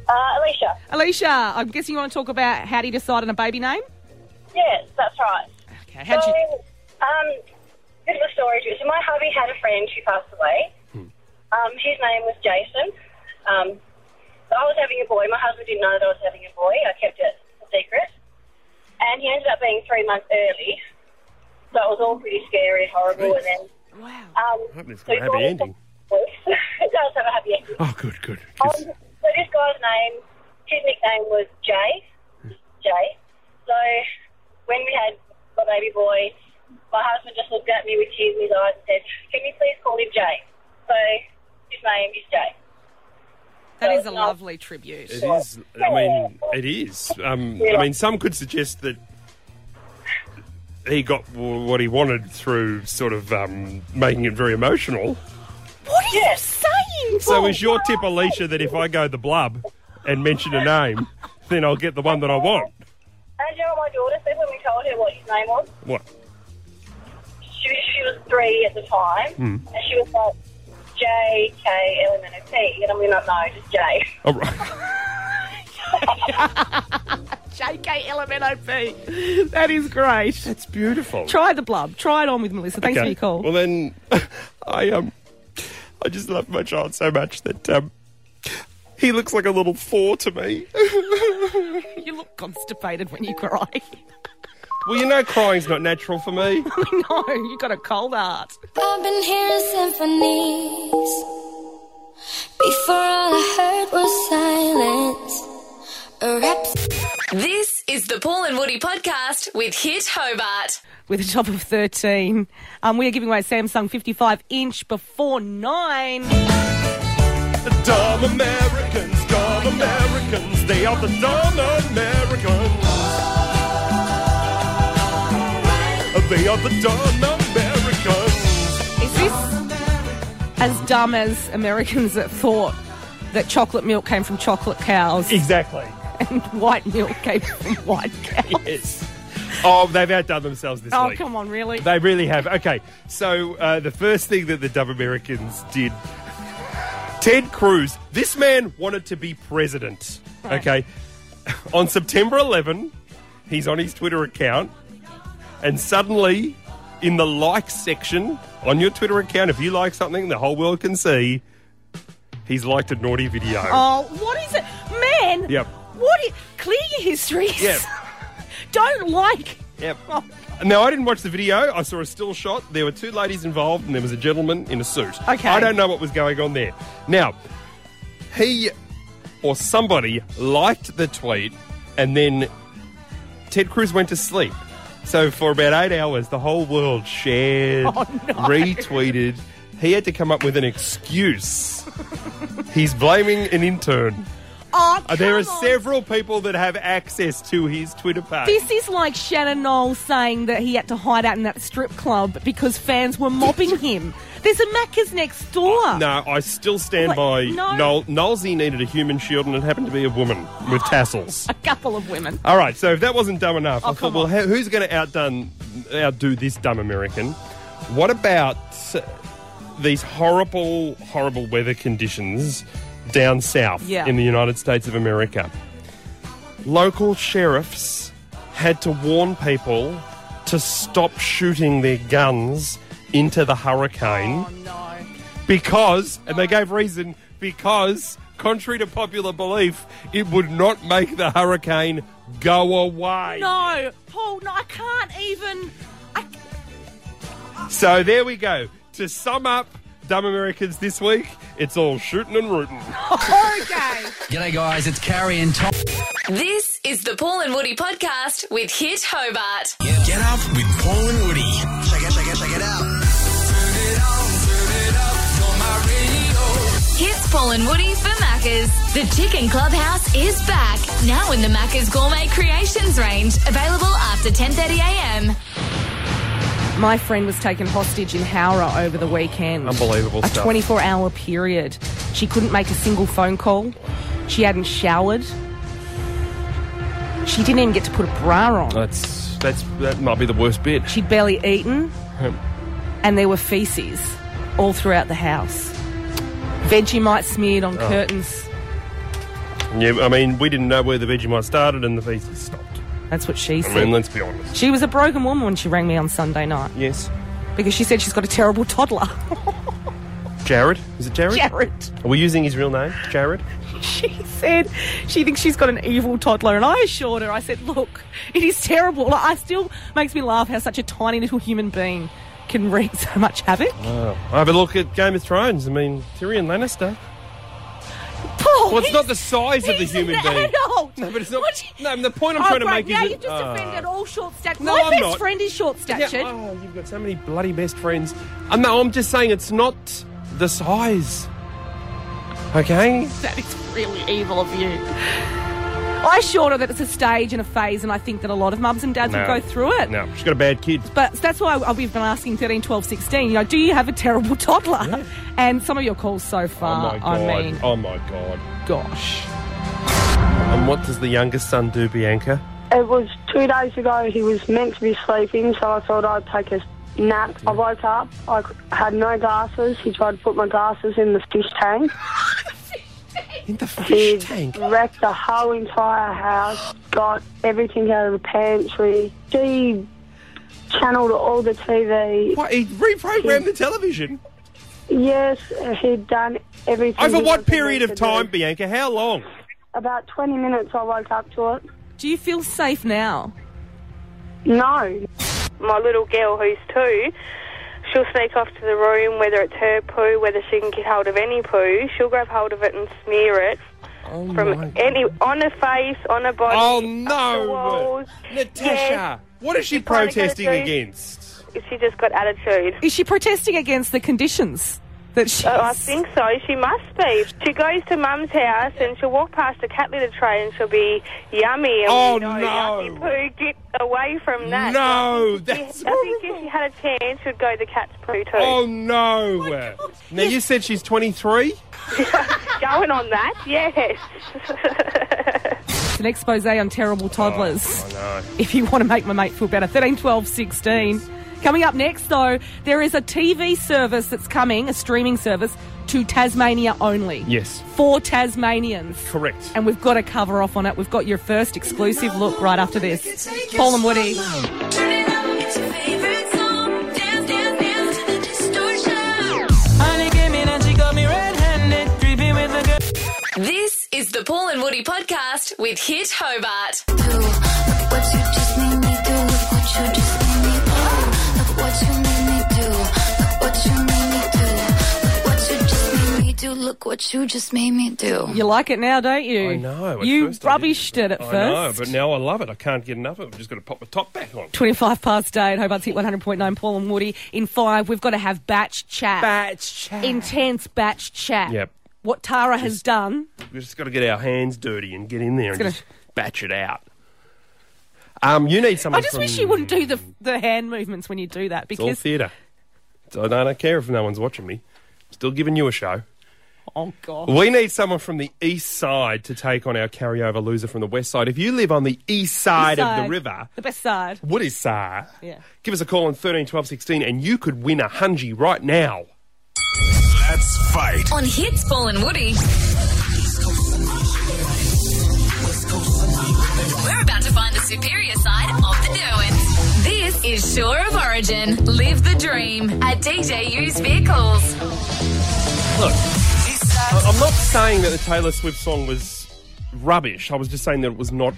[SPEAKER 16] Uh, Alicia.
[SPEAKER 4] Alicia, I'm guessing you want to talk about how do you decide on a baby name?
[SPEAKER 16] Yes, that's right.
[SPEAKER 4] Okay, how'd
[SPEAKER 16] so,
[SPEAKER 4] you-
[SPEAKER 16] Um, bit of a story to it. So my hubby had a friend who passed away. Um, his name was Jason. Um, so I was having a boy. My husband didn't know that I was having a boy. I kept it a secret. And he ended up being three months early. So it was all pretty scary and horrible. And then... Wow. Um,
[SPEAKER 5] it? I hope it's
[SPEAKER 16] so
[SPEAKER 5] got a
[SPEAKER 16] he
[SPEAKER 5] happy
[SPEAKER 16] bought
[SPEAKER 5] ending.
[SPEAKER 16] us- it does have a happy ending.
[SPEAKER 5] Oh, good, good.
[SPEAKER 16] Um, so this guy's name, his nickname was Jay. Jay. So when we had my baby boy, my husband just looked at me with tears in his eyes and said, "Can you please call him Jay?" So his name is Jay.
[SPEAKER 4] That is a lovely tribute.
[SPEAKER 5] It is. I mean, it is. Um, I mean, some could suggest that he got w- what he wanted through sort of um, making it very emotional.
[SPEAKER 4] What are you saying?
[SPEAKER 5] So, is your tip, Alicia, that if I go the blub and mention a name, then I'll get the one that I want?
[SPEAKER 16] And you know what my daughter said when we told her what his name was?
[SPEAKER 5] What?
[SPEAKER 16] She, she was three at the time,
[SPEAKER 5] Hmm.
[SPEAKER 16] and she was like, J, K, L, M, N, O, P. And I'm like, no, no, just J.
[SPEAKER 5] All right.
[SPEAKER 4] JKLMNOP. That is great. That's
[SPEAKER 5] beautiful.
[SPEAKER 4] Try the blub. Try it on with Melissa. Thanks for
[SPEAKER 5] Okay.
[SPEAKER 4] your call.
[SPEAKER 5] Well, then I um, I just love my child so much that um, he looks like a little four to me.
[SPEAKER 4] you look constipated when you cry.
[SPEAKER 5] Well, you know, crying's not natural for me.
[SPEAKER 4] no, you got a cold heart.
[SPEAKER 6] I've been hearing symphonies. Before all I heard was silence. A rap.
[SPEAKER 3] This is the Paul and Woody podcast with Hit Hobart.
[SPEAKER 4] with a top of 13. Um, we are giving away a Samsung 55 inch before 9.
[SPEAKER 5] The dumb Americans, dumb Americans, they are the dumb Americans. They are the dumb Americans.
[SPEAKER 4] Is this as dumb as Americans that thought that chocolate milk came from chocolate cows?
[SPEAKER 5] Exactly.
[SPEAKER 4] And white milk came from white cows.
[SPEAKER 5] Yes. Oh, they've outdone themselves this
[SPEAKER 4] oh,
[SPEAKER 5] week.
[SPEAKER 4] come on, really?
[SPEAKER 5] They really have. Okay, so uh, the first thing that the dumb Americans did, Ted Cruz, this man wanted to be president.
[SPEAKER 15] Right.
[SPEAKER 5] Okay, on September 11, he's on his Twitter account, And suddenly, in the like section on your Twitter account, if you like something, the whole world can see he's liked a naughty video.
[SPEAKER 4] Oh, what is it? Man!
[SPEAKER 5] Yep.
[SPEAKER 4] What is. Clear your histories.
[SPEAKER 5] Yep.
[SPEAKER 4] Don't like. Oh,
[SPEAKER 5] Yep. Now, I didn't watch the video. I saw a still shot. There were two ladies involved, and there was a gentleman in a suit.
[SPEAKER 4] Okay.
[SPEAKER 5] I don't know what was going on there. Now, he or somebody liked the tweet, and then Ted Cruz went to sleep. So, for about eight hours, the whole world shared,
[SPEAKER 4] Oh,
[SPEAKER 5] retweeted. He had to come up with an excuse. He's blaming an intern.
[SPEAKER 4] Oh,
[SPEAKER 5] Uh, there are
[SPEAKER 4] come on.
[SPEAKER 5] several people that have access to his Twitter page.
[SPEAKER 4] This is like Shannon Knoll saying that he had to hide out in that strip club because fans were mobbing him. There's a Macca's next door.
[SPEAKER 5] No, I still stand
[SPEAKER 4] Wait,
[SPEAKER 5] by
[SPEAKER 4] no.
[SPEAKER 5] Noel. Knowlesy needed a human shield, and it happened to be a woman with tassels.
[SPEAKER 4] A couple of women.
[SPEAKER 5] All right, so if that wasn't dumb enough,
[SPEAKER 4] Oh,
[SPEAKER 5] I thought,
[SPEAKER 4] come
[SPEAKER 5] well,
[SPEAKER 4] on.
[SPEAKER 5] ho- who's going to outdone, outdo this dumb American? What about uh, these horrible, horrible weather conditions down south
[SPEAKER 17] Yeah.
[SPEAKER 5] in the United States of America? Local sheriffs had to warn people to stop shooting their guns into the hurricane because, and they gave reason, because, contrary to popular belief, it would not make the hurricane go away.
[SPEAKER 4] No, Paul, no, I can't even.
[SPEAKER 5] So there we go. To sum up Dumb Americans this week, it's all shooting and rooting.
[SPEAKER 4] okay.
[SPEAKER 2] G'day, guys. It's Carrie and Tom.
[SPEAKER 3] This is the Paul and Woody podcast with Hit Hobart.
[SPEAKER 15] Get up with Paul and Woody. Check it, check it, check it out.
[SPEAKER 3] Hits Paul and Woody for Maccas. The Chicken Clubhouse is back now in the Maccas Gourmet Creations range, available after 10:30 a.m.
[SPEAKER 4] My friend was taken hostage in Howrah over the weekend.
[SPEAKER 5] Unbelievable
[SPEAKER 4] A
[SPEAKER 5] stuff.
[SPEAKER 4] 24 hour period. She couldn't make a single phone call. She hadn't showered. She didn't even get to put a bra
[SPEAKER 5] Uh.
[SPEAKER 4] on.
[SPEAKER 5] That's that's that might be the worst bit.
[SPEAKER 4] She'd barely eaten, and there were feces all throughout the house. Vegemite smeared on
[SPEAKER 5] Oh.
[SPEAKER 4] curtains.
[SPEAKER 5] Yeah, I mean, we didn't know where the Vegemite started and the feces stopped.
[SPEAKER 4] That's what she
[SPEAKER 5] I
[SPEAKER 4] said.
[SPEAKER 5] mean, let's be honest.
[SPEAKER 4] She was a broken woman when she rang me on Sunday night.
[SPEAKER 5] Yes.
[SPEAKER 4] Because she said she's got a terrible toddler.
[SPEAKER 5] Jared? Is it Jared?
[SPEAKER 4] Jared.
[SPEAKER 5] Are we using his real name? Jared?
[SPEAKER 4] She said she thinks she's got an evil toddler, and I assured her, I said, Look, it is terrible. Like, I still makes me laugh how such a tiny little human being can wreak so much havoc.
[SPEAKER 5] Wow. Have a look at Game of Thrones. I mean, Tyrion Lannister.
[SPEAKER 4] Paul,
[SPEAKER 5] well, it's not the size of the human
[SPEAKER 4] an
[SPEAKER 5] being.
[SPEAKER 4] adult.
[SPEAKER 5] No, but it's not. No, and the point I'm
[SPEAKER 4] Oh,
[SPEAKER 5] trying to
[SPEAKER 4] great,
[SPEAKER 5] make
[SPEAKER 4] now
[SPEAKER 5] is uh,
[SPEAKER 4] you've just offended all short statured.
[SPEAKER 5] No,
[SPEAKER 4] My
[SPEAKER 5] I'm
[SPEAKER 4] best
[SPEAKER 5] not.
[SPEAKER 4] friend is short statured.
[SPEAKER 5] Yeah, oh, you've got so many bloody best friends. Uh, no, I'm just saying it's not the size. Okay.
[SPEAKER 4] That is really evil of you. I assured her that it's a stage and a phase, and I think that a lot of mums and dads
[SPEAKER 5] No.
[SPEAKER 4] would go through it.
[SPEAKER 5] No, she's got a bad kid.
[SPEAKER 4] But that's why I- we've been asking 13, 12, 16, you know, do you have a terrible toddler? And some of your calls so
[SPEAKER 5] oh
[SPEAKER 4] far,
[SPEAKER 5] my god.
[SPEAKER 4] Uh, I mean,
[SPEAKER 5] oh my god.
[SPEAKER 4] Gosh.
[SPEAKER 5] And what does the youngest son do, Bianca?
[SPEAKER 11] It was two days ago. He was meant to be sleeping, so I thought I'd take a nap. I woke up. I c- had no glasses. He tried to put my glasses in the fish tank.
[SPEAKER 5] in the fish tank?
[SPEAKER 11] Wrecked the whole entire house. Got everything out of the pantry. She channeled all the TV.
[SPEAKER 5] What? He reprogrammed the television?
[SPEAKER 11] Yes, he'd done everything.
[SPEAKER 5] Over
[SPEAKER 11] he wasn't
[SPEAKER 5] what
[SPEAKER 11] meant
[SPEAKER 5] period
[SPEAKER 11] to
[SPEAKER 5] of
[SPEAKER 11] do.
[SPEAKER 5] time, Bianca? How long?
[SPEAKER 11] About 20 minutes I woke up to it.
[SPEAKER 4] Do you feel safe now?
[SPEAKER 11] No.
[SPEAKER 18] my little girl who's two, she'll sneak off to the room, whether it's her poo, whether she can get hold of any poo, she'll grab hold of it and smear it from any on her face, on her body.
[SPEAKER 5] Oh
[SPEAKER 18] up the
[SPEAKER 5] no,
[SPEAKER 18] walls.
[SPEAKER 5] Natasha! What is she
[SPEAKER 18] She's kinda
[SPEAKER 5] protesting
[SPEAKER 18] gotta do-
[SPEAKER 5] against?
[SPEAKER 18] She just got attitude.
[SPEAKER 4] Is she protesting against the conditions that she?
[SPEAKER 18] Oh, I think so. She must be. She goes to mum's house and she'll walk past the cat litter tray and she'll be yummy. And
[SPEAKER 5] Oh,
[SPEAKER 18] we know,
[SPEAKER 5] no.
[SPEAKER 18] Yucky poo, get away from that.
[SPEAKER 5] No,
[SPEAKER 18] I think if
[SPEAKER 5] that's
[SPEAKER 18] she- I think if she had a chance, she'd go the cat's poo too.
[SPEAKER 5] Oh no! now you said she's 23.
[SPEAKER 18] Going on that, yes.
[SPEAKER 4] It's an expose on terrible
[SPEAKER 5] Oh,
[SPEAKER 4] toddlers.
[SPEAKER 5] no.
[SPEAKER 4] If you want to make my mate feel better, 13, 12, 16. Coming up next, though, there is a TV service that's coming, a streaming service, to Tasmania only.
[SPEAKER 5] Yes.
[SPEAKER 4] For Tasmanians.
[SPEAKER 5] Correct.
[SPEAKER 4] And we've got a cover off on it. We've got your first exclusive look right after this. Paul and Woody.
[SPEAKER 1] Turn it up, it's
[SPEAKER 3] This is the Paul and Woody podcast with Hit Hobart.
[SPEAKER 6] Look what you just made me do.
[SPEAKER 4] You like it now, don't you?
[SPEAKER 5] I know. At
[SPEAKER 4] You
[SPEAKER 5] first I
[SPEAKER 4] rubbished it at
[SPEAKER 5] I
[SPEAKER 4] first.
[SPEAKER 5] know, but now I love it. I can't get enough of it. I've just got to pop the top back on.
[SPEAKER 4] 25 past eight, Hobart's hit 100.9, Paul and Woody. In five, we've got to have batch chat.
[SPEAKER 5] Batch chat.
[SPEAKER 4] Intense batch chat.
[SPEAKER 5] Yep.
[SPEAKER 4] What Tara has done.
[SPEAKER 5] We've just got to get our hands dirty and get in there and
[SPEAKER 4] gonna-
[SPEAKER 5] just batch it out. Um, you need someone
[SPEAKER 4] I just
[SPEAKER 5] from
[SPEAKER 4] wish you wouldn't do the, the hand movements when you do that
[SPEAKER 5] Mm. It's all
[SPEAKER 4] because.
[SPEAKER 5] theatre. So I don't care if no one's watching me. I'm still giving you a show.
[SPEAKER 4] Oh, God.
[SPEAKER 5] We need someone from the east side to take on our carryover loser from the west side. If you live on the east side, of the
[SPEAKER 4] Side.
[SPEAKER 5] river,
[SPEAKER 4] The best side.
[SPEAKER 5] what is side?
[SPEAKER 4] Yeah.
[SPEAKER 5] Give us a call on 13 12 16 and you could win a hungy right now.
[SPEAKER 15] Let's fight.
[SPEAKER 3] On Hits Paul and Woody. We're about to find the superior side of the Derwents. This is Shore of Origin. Live the dream at DJ Used Vehicles.
[SPEAKER 5] Look, I- I'm not saying that the Taylor Swift song was rubbish. I was just saying that it was not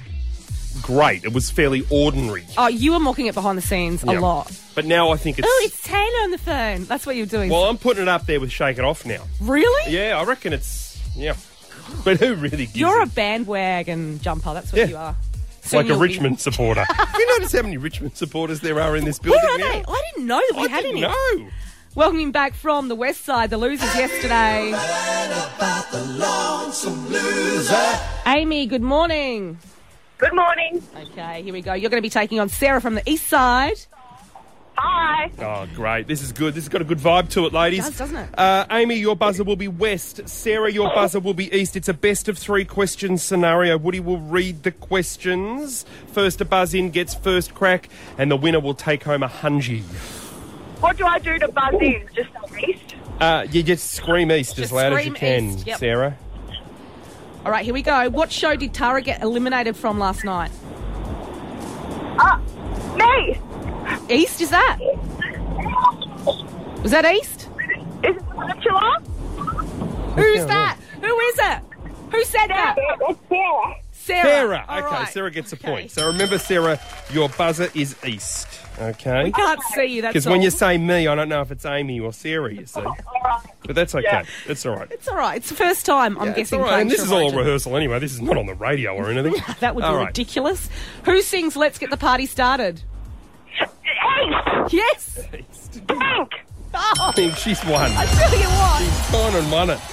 [SPEAKER 5] great. It was fairly ordinary.
[SPEAKER 4] Oh, you were mocking it behind the scenes a
[SPEAKER 5] Yeah.
[SPEAKER 4] lot.
[SPEAKER 5] But now I think it's.
[SPEAKER 4] Oh, it's Taylor on the phone. That's what you're doing.
[SPEAKER 5] well, I'm putting it up there with Shake It Off now.
[SPEAKER 4] really?
[SPEAKER 5] Yeah, I reckon it's. Yeah. But who really gives
[SPEAKER 4] You're
[SPEAKER 5] a-
[SPEAKER 4] a bandwagon jumper. That's what
[SPEAKER 5] Yeah.
[SPEAKER 4] you are. Soon
[SPEAKER 5] like a
[SPEAKER 4] you'll be-
[SPEAKER 5] Richmond supporter. Have you noticed how many Richmond supporters there are in this building
[SPEAKER 4] Where are
[SPEAKER 5] now?
[SPEAKER 4] they? I didn't know that we
[SPEAKER 5] I
[SPEAKER 4] had
[SPEAKER 5] didn't
[SPEAKER 4] any.
[SPEAKER 5] know.
[SPEAKER 4] Welcoming back from the West Side, the losers yesterday. Amy, good morning.
[SPEAKER 17] Good morning.
[SPEAKER 4] Okay, here we go. You're going to be taking on Sarah from the East Side.
[SPEAKER 17] Hi.
[SPEAKER 5] Oh, great. This is good. This has got a good vibe to it, ladies.
[SPEAKER 4] It does, doesn't it?
[SPEAKER 5] Uh, Amy, your buzzer will be west. Sarah, your buzzer will be east. It's a best of three questions scenario. Woody will read the questions. First to buzz in gets first crack, and the winner will take home a hungy.
[SPEAKER 17] What do I do to buzz in? Just east?
[SPEAKER 5] Uh, you just scream east as
[SPEAKER 4] Just
[SPEAKER 5] loud as
[SPEAKER 4] scream
[SPEAKER 5] you can,
[SPEAKER 4] east, yep.
[SPEAKER 5] Sarah.
[SPEAKER 4] All right, here we go. What show did Tara get eliminated from last night?
[SPEAKER 17] Ah, me.
[SPEAKER 4] East is that? Was that East?
[SPEAKER 17] Is it Bachelor?
[SPEAKER 4] Who's that? Who is it? Who said that?
[SPEAKER 17] Sarah.
[SPEAKER 4] Sarah.
[SPEAKER 5] Sarah.
[SPEAKER 4] All
[SPEAKER 5] okay,
[SPEAKER 4] right.
[SPEAKER 5] Sarah gets a point. So remember, Sarah, your buzzer is east. Okay.
[SPEAKER 4] We can't see you. That's
[SPEAKER 5] Because when
[SPEAKER 4] all.
[SPEAKER 5] you say me, I don't know if it's Amy or Sarah, you see. But that's okay.
[SPEAKER 4] Yeah.
[SPEAKER 5] It's all right.
[SPEAKER 4] It's all right. It's the first time I'm
[SPEAKER 5] Yeah, it's
[SPEAKER 4] guessing.
[SPEAKER 5] all right.
[SPEAKER 4] playing
[SPEAKER 5] And this is
[SPEAKER 4] Shore
[SPEAKER 5] all
[SPEAKER 4] Origin.
[SPEAKER 5] rehearsal anyway. This is not on the radio or anything.
[SPEAKER 4] That would be
[SPEAKER 5] All right.
[SPEAKER 4] ridiculous. Who sings "Let's Get the Party Started"? Yes.
[SPEAKER 17] Bank.
[SPEAKER 5] I
[SPEAKER 4] Oh,
[SPEAKER 5] think she's won.
[SPEAKER 4] I tell you what.
[SPEAKER 5] She's gone and won it.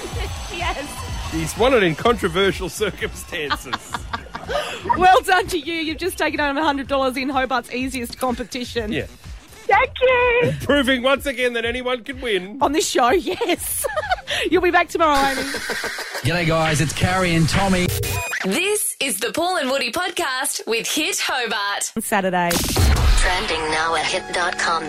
[SPEAKER 4] Yes.
[SPEAKER 5] She's won it in controversial circumstances.
[SPEAKER 4] Well done to you. You've just taken home $100 in Hobart's easiest competition.
[SPEAKER 5] Yeah.
[SPEAKER 17] Thank you.
[SPEAKER 5] Proving once again that anyone can win.
[SPEAKER 4] On this show, yes. You'll be back tomorrow, Amy.
[SPEAKER 2] G'day, guys. It's Carrie and Tommy.
[SPEAKER 3] This is the Paul and Woody podcast with Hit Hobart.
[SPEAKER 4] Saturday.
[SPEAKER 12] Trending now at hit.com.au.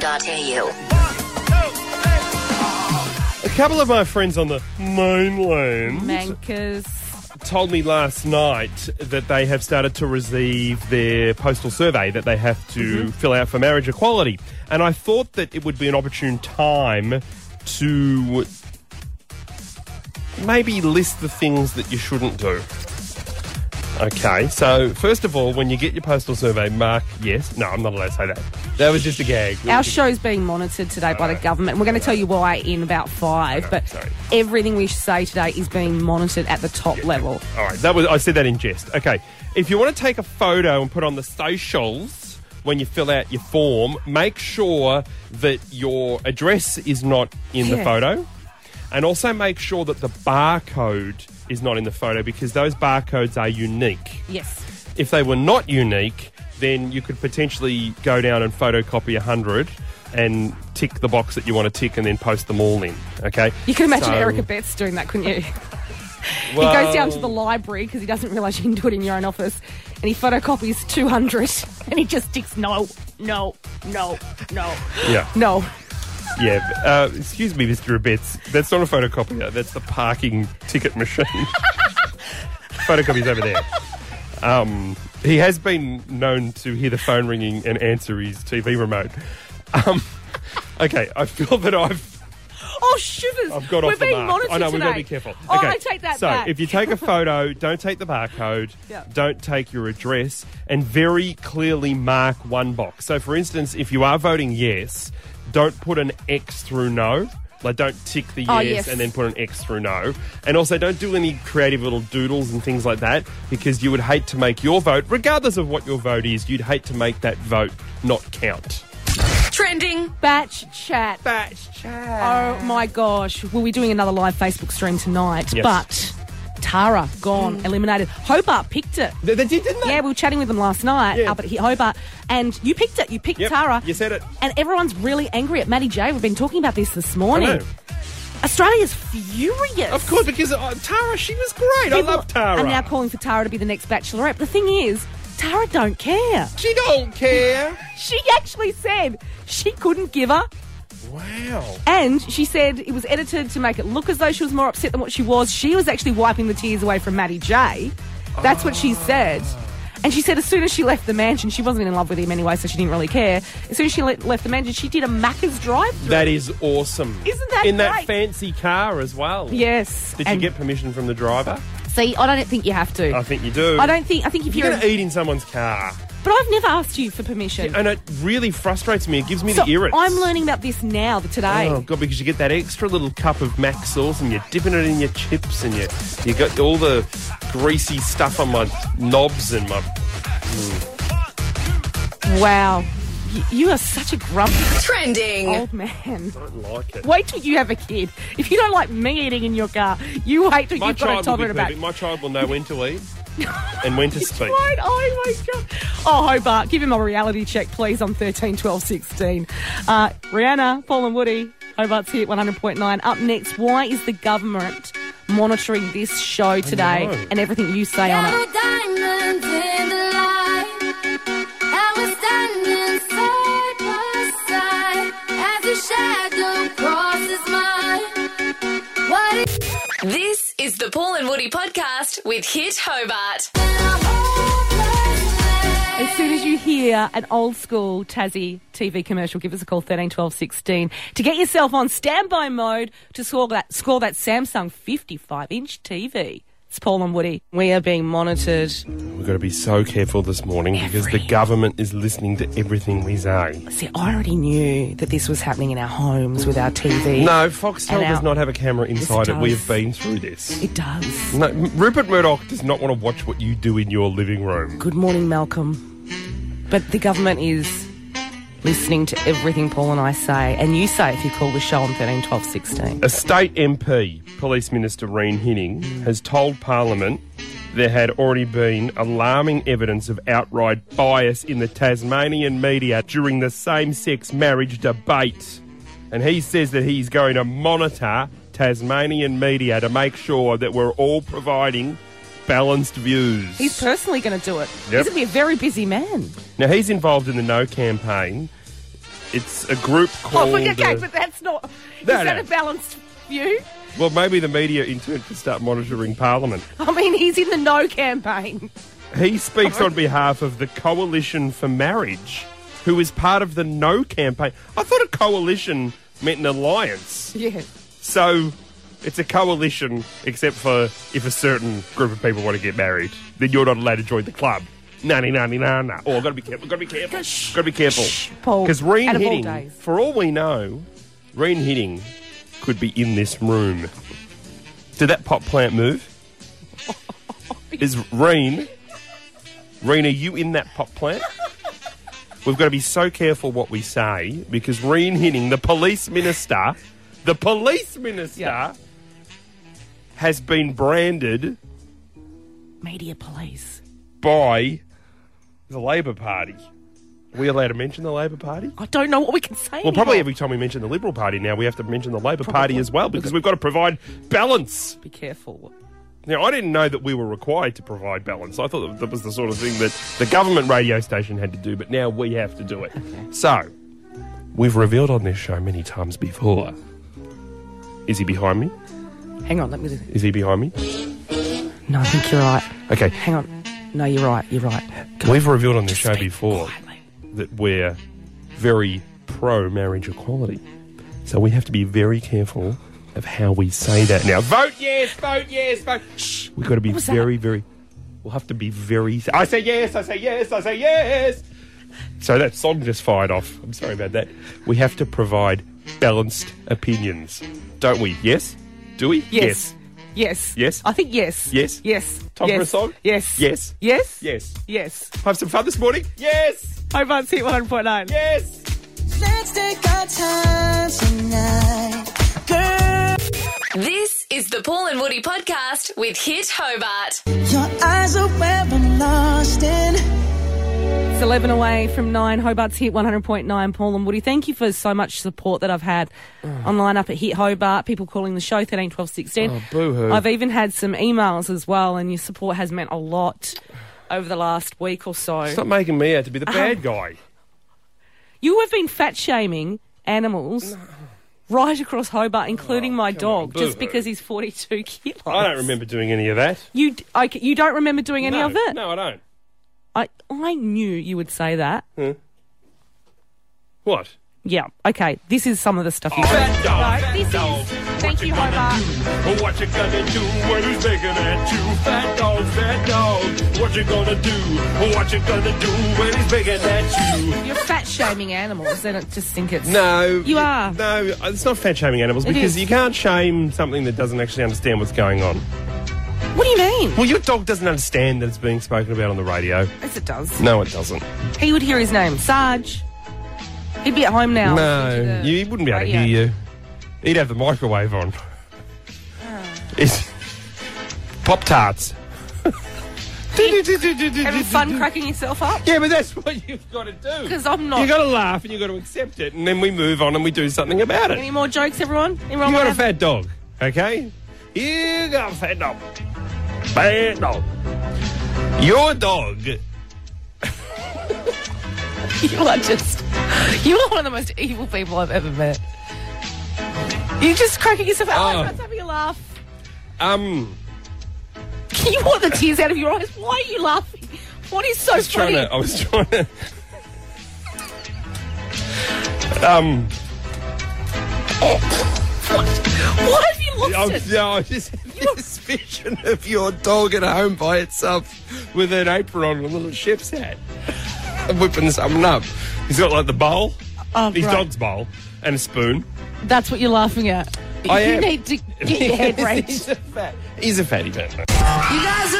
[SPEAKER 5] A couple of my friends on the mainland
[SPEAKER 4] Mankers.
[SPEAKER 5] told me last night that they have started to receive their postal survey that they have to fill out for marriage equality. And I thought that it would be an opportune time to maybe list the things that you shouldn't do. Okay, so first of all, when you get your postal survey, mark yes. No, I'm not allowed to say that. That was just a gag.
[SPEAKER 4] Our show's being monitored today by the government. We're going to tell you why in about five, but everything we say today is being monitored at the top level.
[SPEAKER 5] All right, that was I said that in jest. Okay, if you want to take a photo and put on the socials when you fill out your form, make sure that your address is not in the
[SPEAKER 19] Yeah.
[SPEAKER 5] photo, and also make sure that the barcode is not in the photo because those barcodes are unique.
[SPEAKER 4] Yes.
[SPEAKER 5] If they were not unique, then you could potentially go down and photocopy a hundred and tick the box that you want to tick, and then post them all in. Okay,
[SPEAKER 4] You can imagine
[SPEAKER 5] So-
[SPEAKER 4] Erica Betts doing that, couldn't you?
[SPEAKER 5] Well-
[SPEAKER 4] he goes down to the library because he doesn't realise you can do it in your own office, and he photocopies 200, and he just sticks no, no, no, no,
[SPEAKER 5] Yeah.
[SPEAKER 4] no.
[SPEAKER 5] Yeah, uh, excuse me, Mr. Abetz. That's not a photocopier. That's the parking ticket machine. Photocopy's over there. Um, he has been known to hear the phone ringing and answer his TV remote. Um, okay, I feel that I've
[SPEAKER 4] Oh, shivers.
[SPEAKER 5] I've got
[SPEAKER 4] We're
[SPEAKER 5] off the
[SPEAKER 4] being
[SPEAKER 5] mark.
[SPEAKER 4] monitored
[SPEAKER 5] I know, we've got to
[SPEAKER 4] today.
[SPEAKER 5] be careful. Okay,
[SPEAKER 4] Oh, I take that
[SPEAKER 5] So,
[SPEAKER 4] back.
[SPEAKER 5] if you take a photo, don't take the barcode,
[SPEAKER 4] Yeah.
[SPEAKER 5] don't take your address, and very clearly mark one box. So, for instance, if you are voting yes, don't put an X through no. Like, don't tick the yes,
[SPEAKER 19] Oh, yes.
[SPEAKER 5] and then put an X through no. And also, don't do any creative little doodles and things like that because you would hate to make your vote, regardless of what your vote is, you'd hate to make that vote not count.
[SPEAKER 4] Trending batch chat. Batch chat. Oh my gosh. We'll be doing another live Facebook stream tonight.
[SPEAKER 5] Yes.
[SPEAKER 4] But Tara gone, eliminated. Hobart picked it.
[SPEAKER 5] They, did, didn't
[SPEAKER 4] Yeah, we were chatting with them last night
[SPEAKER 5] Yeah.
[SPEAKER 4] up at Hobart, and you picked it. You picked
[SPEAKER 5] Yep,
[SPEAKER 4] Tara.
[SPEAKER 5] you said it.
[SPEAKER 4] And everyone's really angry at Maddie J. We've been talking about this this morning.
[SPEAKER 5] I know.
[SPEAKER 4] Australia's furious.
[SPEAKER 5] Of course, because uh, Tara, she was great. I love Tara.
[SPEAKER 4] I'm now calling for Tara to be the next Bachelorette. The thing is, Tara don't care.
[SPEAKER 5] She don't care.
[SPEAKER 4] she actually said she couldn't give a.
[SPEAKER 5] Wow.
[SPEAKER 4] And she said it was edited to make it look as though she was more upset than what she was. She was actually wiping the tears away from Maddie J. That's what she said. And she said as soon as she left the mansion, she wasn't in love with him anyway, so she didn't really care. As soon as she le- left the mansion, she did a Macca's drive through.
[SPEAKER 5] That is awesome.
[SPEAKER 4] Isn't that
[SPEAKER 5] In that
[SPEAKER 4] great?
[SPEAKER 5] fancy car as well.
[SPEAKER 4] Yes.
[SPEAKER 5] Did
[SPEAKER 4] and-
[SPEAKER 5] you get permission from the driver?
[SPEAKER 4] See, I don't think you have to.
[SPEAKER 5] I think you do.
[SPEAKER 4] I don't think. I think if
[SPEAKER 5] You're
[SPEAKER 4] you're.
[SPEAKER 5] going to eat in someone's car.
[SPEAKER 4] But I've never asked you for permission.
[SPEAKER 5] And it really frustrates me. It gives me
[SPEAKER 4] So
[SPEAKER 5] the irrits.
[SPEAKER 4] I'm learning about this now, the today.
[SPEAKER 5] Oh god! Because you get that extra little cup of mac sauce, and you're dipping it in your chips, and you you got all the greasy stuff on my knobs and my. Mm.
[SPEAKER 4] Wow. Y- you are such a grumpy,
[SPEAKER 8] Trending.
[SPEAKER 3] Oh.
[SPEAKER 4] old man.
[SPEAKER 5] Don't like it.
[SPEAKER 4] Wait till you have a kid. If you don't like me eating in your car, you wait till
[SPEAKER 5] My
[SPEAKER 4] you've got a
[SPEAKER 5] child
[SPEAKER 4] toddler
[SPEAKER 5] will be perfect.
[SPEAKER 4] about.
[SPEAKER 5] My child will know when to eat and when to speak.
[SPEAKER 4] Right, oh my god. Oh, Hobart, give him a reality check, please, on 13, 12, 16. Uh, Rihanna, Paul and Woody, Hobart's here at 100.9. Up next, why is the government monitoring this show today
[SPEAKER 20] know.
[SPEAKER 4] and everything you say on it?
[SPEAKER 20] diamonds in the light, and we're standing side by side as your shadow crosses mine. What is
[SPEAKER 3] This is the Paul and Woody podcast with Hit Hobart.
[SPEAKER 4] As soon as you hear an old school Tassie TV commercial, give us a call 13 12 16 to get yourself on standby mode to score that, score that Samsung 55 inch TV. It's Paul and Woody. We are being monitored.
[SPEAKER 5] We've got to be so careful this morning because the government is listening to everything we say.
[SPEAKER 4] See, I already knew that this was happening in our homes with our TV.
[SPEAKER 5] No,
[SPEAKER 4] and
[SPEAKER 5] Foxtel
[SPEAKER 4] our-
[SPEAKER 5] does not have a camera
[SPEAKER 4] Yes,
[SPEAKER 5] inside it. We
[SPEAKER 4] does.
[SPEAKER 5] have been through this.
[SPEAKER 4] It does.
[SPEAKER 5] No, M- Rupert Murdoch does not want to watch what you do in your living room.
[SPEAKER 4] Good morning, Malcolm. But the government is listening to everything Paul and I say, and you say if you call the show on 13 12 16.
[SPEAKER 5] A state MP, Police Minister Reen Hinning, has told Parliament there had already been alarming evidence of outright bias in the Tasmanian media during the same sex marriage debate. And he says that he's going to monitor Tasmanian media to make sure that we're all providing balanced views.
[SPEAKER 4] He's personally going to do it.
[SPEAKER 5] Yep.
[SPEAKER 4] He's going to be a very busy man.
[SPEAKER 5] Now he's involved in the No campaign. It's a group called.
[SPEAKER 4] oh, but, okay,
[SPEAKER 5] uh,
[SPEAKER 4] but that's not.
[SPEAKER 5] No,
[SPEAKER 4] is that
[SPEAKER 5] no.
[SPEAKER 4] a balanced view?
[SPEAKER 5] well, maybe the media in turn could start monitoring Parliament.
[SPEAKER 4] I mean, he's in the no campaign.
[SPEAKER 5] He speaks on behalf of the Coalition for Marriage, who is part of the No campaign. I thought a coalition meant an alliance.
[SPEAKER 4] Yeah.
[SPEAKER 5] So it's a coalition, except for if a certain group of people want to get married, then you're not allowed to join the club. No, no, no, no, no. Oh, I've got to be careful. Got to be careful. Got to be careful.
[SPEAKER 4] Paul,
[SPEAKER 5] Because Reen
[SPEAKER 4] out of all
[SPEAKER 5] Hitting,
[SPEAKER 4] days.
[SPEAKER 5] for all we know, Reen Hitting could be in this room. Did that pot plant move? Is Reen? Reen, are you in that pot plant? We've got to be so careful what we say because Reen Hitting, the police minister, the police minister, has been branded
[SPEAKER 4] Media police.
[SPEAKER 5] by the Labor Party. Are we allowed to mention the Labor Party?
[SPEAKER 4] I don't know what we can say.
[SPEAKER 5] Well, probably
[SPEAKER 4] anymore.
[SPEAKER 5] every time we mention the Liberal Party now, we have to mention the Labor Party as well because we've got to provide balance.
[SPEAKER 4] Be careful.
[SPEAKER 5] Now, I didn't know that we were required to provide balance. I thought that, that was the sort of thing that the government radio station had to do, but now we have to do it. So, we've revealed on this show many times before. Is he behind me?
[SPEAKER 4] Hang on, let me. Just...
[SPEAKER 5] Is he behind me?
[SPEAKER 4] No, I think you're right.
[SPEAKER 5] Okay.
[SPEAKER 4] Hang on. No, you're right. You're right.
[SPEAKER 5] We've revealed on this show before that we're very pro marriage equality. So we have to be very careful of how we say that now. Vote yes, vote yes, vote. Shh, we've got to be
[SPEAKER 4] What was that?
[SPEAKER 5] very, very. We'll have to be very. I say yes, I say yes, I say yes. So that song just fired off. I'm sorry about that. We have to provide balanced opinions, don't we? Yes? Do we?
[SPEAKER 4] Yes. Yes.
[SPEAKER 5] Yes?
[SPEAKER 4] I think yes.
[SPEAKER 5] Yes?
[SPEAKER 4] Yes.
[SPEAKER 5] Time
[SPEAKER 4] yes.
[SPEAKER 5] for a song?
[SPEAKER 4] Yes.
[SPEAKER 5] Yes.
[SPEAKER 4] Yes.
[SPEAKER 5] Yes.
[SPEAKER 4] Yes.
[SPEAKER 5] Have some fun this morning? Yes.
[SPEAKER 4] Hobart's hit 1.9.
[SPEAKER 5] Yes.
[SPEAKER 20] Let's take our time tonight.
[SPEAKER 3] This is the Paul and Woody podcast with Hit Hobart.
[SPEAKER 20] Your eyes are where I'm lost in.
[SPEAKER 4] It's 11 away from 9. Hobart's hit 100.9. Paul and Woody, thank you for so much support that I've had
[SPEAKER 5] Mm.
[SPEAKER 4] online up at Hit Hobart, people calling the show 13, 12, 16.
[SPEAKER 20] Oh, boo-hoo.
[SPEAKER 4] I've even had some emails as well, and your support has meant a lot over the last week or so.
[SPEAKER 5] Stop making me out to be the bad
[SPEAKER 4] Um,
[SPEAKER 5] guy.
[SPEAKER 4] You have been fat shaming animals right across Hobart, including my dog, just
[SPEAKER 5] Oh, boo-hoo.
[SPEAKER 4] because he's 42 kilos.
[SPEAKER 5] I don't remember doing any of that.
[SPEAKER 4] You, d- I c- you don't remember doing any
[SPEAKER 5] No,
[SPEAKER 4] of it?
[SPEAKER 5] No, I don't.
[SPEAKER 4] I, I knew you would say that.
[SPEAKER 5] Huh? What?
[SPEAKER 4] Yeah, okay. This is some of the stuff you
[SPEAKER 5] Oh, Fat
[SPEAKER 4] said.
[SPEAKER 5] dog.
[SPEAKER 4] Right,
[SPEAKER 5] fat
[SPEAKER 4] this
[SPEAKER 5] dog.
[SPEAKER 4] is-
[SPEAKER 5] What
[SPEAKER 4] thank you,
[SPEAKER 5] gonna
[SPEAKER 4] Hobart.
[SPEAKER 5] do? What you gonna do when he's making at you? Fat dog, fat dog. What you gonna do? What you gonna do when he's making at you?
[SPEAKER 4] You're fat shaming animals, and it just think it's
[SPEAKER 5] No.
[SPEAKER 4] You are.
[SPEAKER 5] No, it's not fat shaming animals
[SPEAKER 4] It
[SPEAKER 5] because
[SPEAKER 4] is.
[SPEAKER 5] you can't shame something that doesn't actually understand what's going on.
[SPEAKER 4] What do you mean?
[SPEAKER 5] Well, your dog doesn't understand that it's being spoken about on the radio.
[SPEAKER 4] Yes, it does.
[SPEAKER 5] No, it doesn't.
[SPEAKER 4] He would hear his name, Sarge. He'd be at home now.
[SPEAKER 5] no, you, he wouldn't be able to hear you. He'd have the microwave on.
[SPEAKER 4] Ah.
[SPEAKER 5] It's Pop Tarts.
[SPEAKER 4] Having fun cracking yourself up?
[SPEAKER 5] Yeah, but that's what you've got to do.
[SPEAKER 4] Because I'm not.
[SPEAKER 5] you got to laugh and you got to accept it, and then we move on and we do something about it.
[SPEAKER 4] Any more jokes, everyone? Anyone
[SPEAKER 5] You
[SPEAKER 4] wanna
[SPEAKER 5] got a
[SPEAKER 4] have-
[SPEAKER 5] fat dog, okay? You got a fat dog. Fat dog. Your dog.
[SPEAKER 4] You are just. You are one of the most evil people I've ever met. You're just cracking yourself up.
[SPEAKER 5] Oh.
[SPEAKER 4] Oh, that's having a laugh.
[SPEAKER 5] Um,
[SPEAKER 4] Can you want the tears out of your eyes? Why are you laughing? What is so
[SPEAKER 5] I was trying
[SPEAKER 4] funny?
[SPEAKER 5] to. I was trying to. um.
[SPEAKER 4] What have you lost
[SPEAKER 5] I'm,
[SPEAKER 4] it?
[SPEAKER 5] no, Oh, I just had this vision of your dog at home by itself with an apron on and a little chef's hat. Whipping something up. He's got like the bowl,
[SPEAKER 4] Oh,
[SPEAKER 5] his
[SPEAKER 4] right.
[SPEAKER 5] dog's bowl, and a spoon.
[SPEAKER 4] That's what you're laughing at.
[SPEAKER 5] I
[SPEAKER 4] you
[SPEAKER 5] am.
[SPEAKER 4] need to get your head right.
[SPEAKER 5] He's a fat- He's a fatty man.
[SPEAKER 3] You guys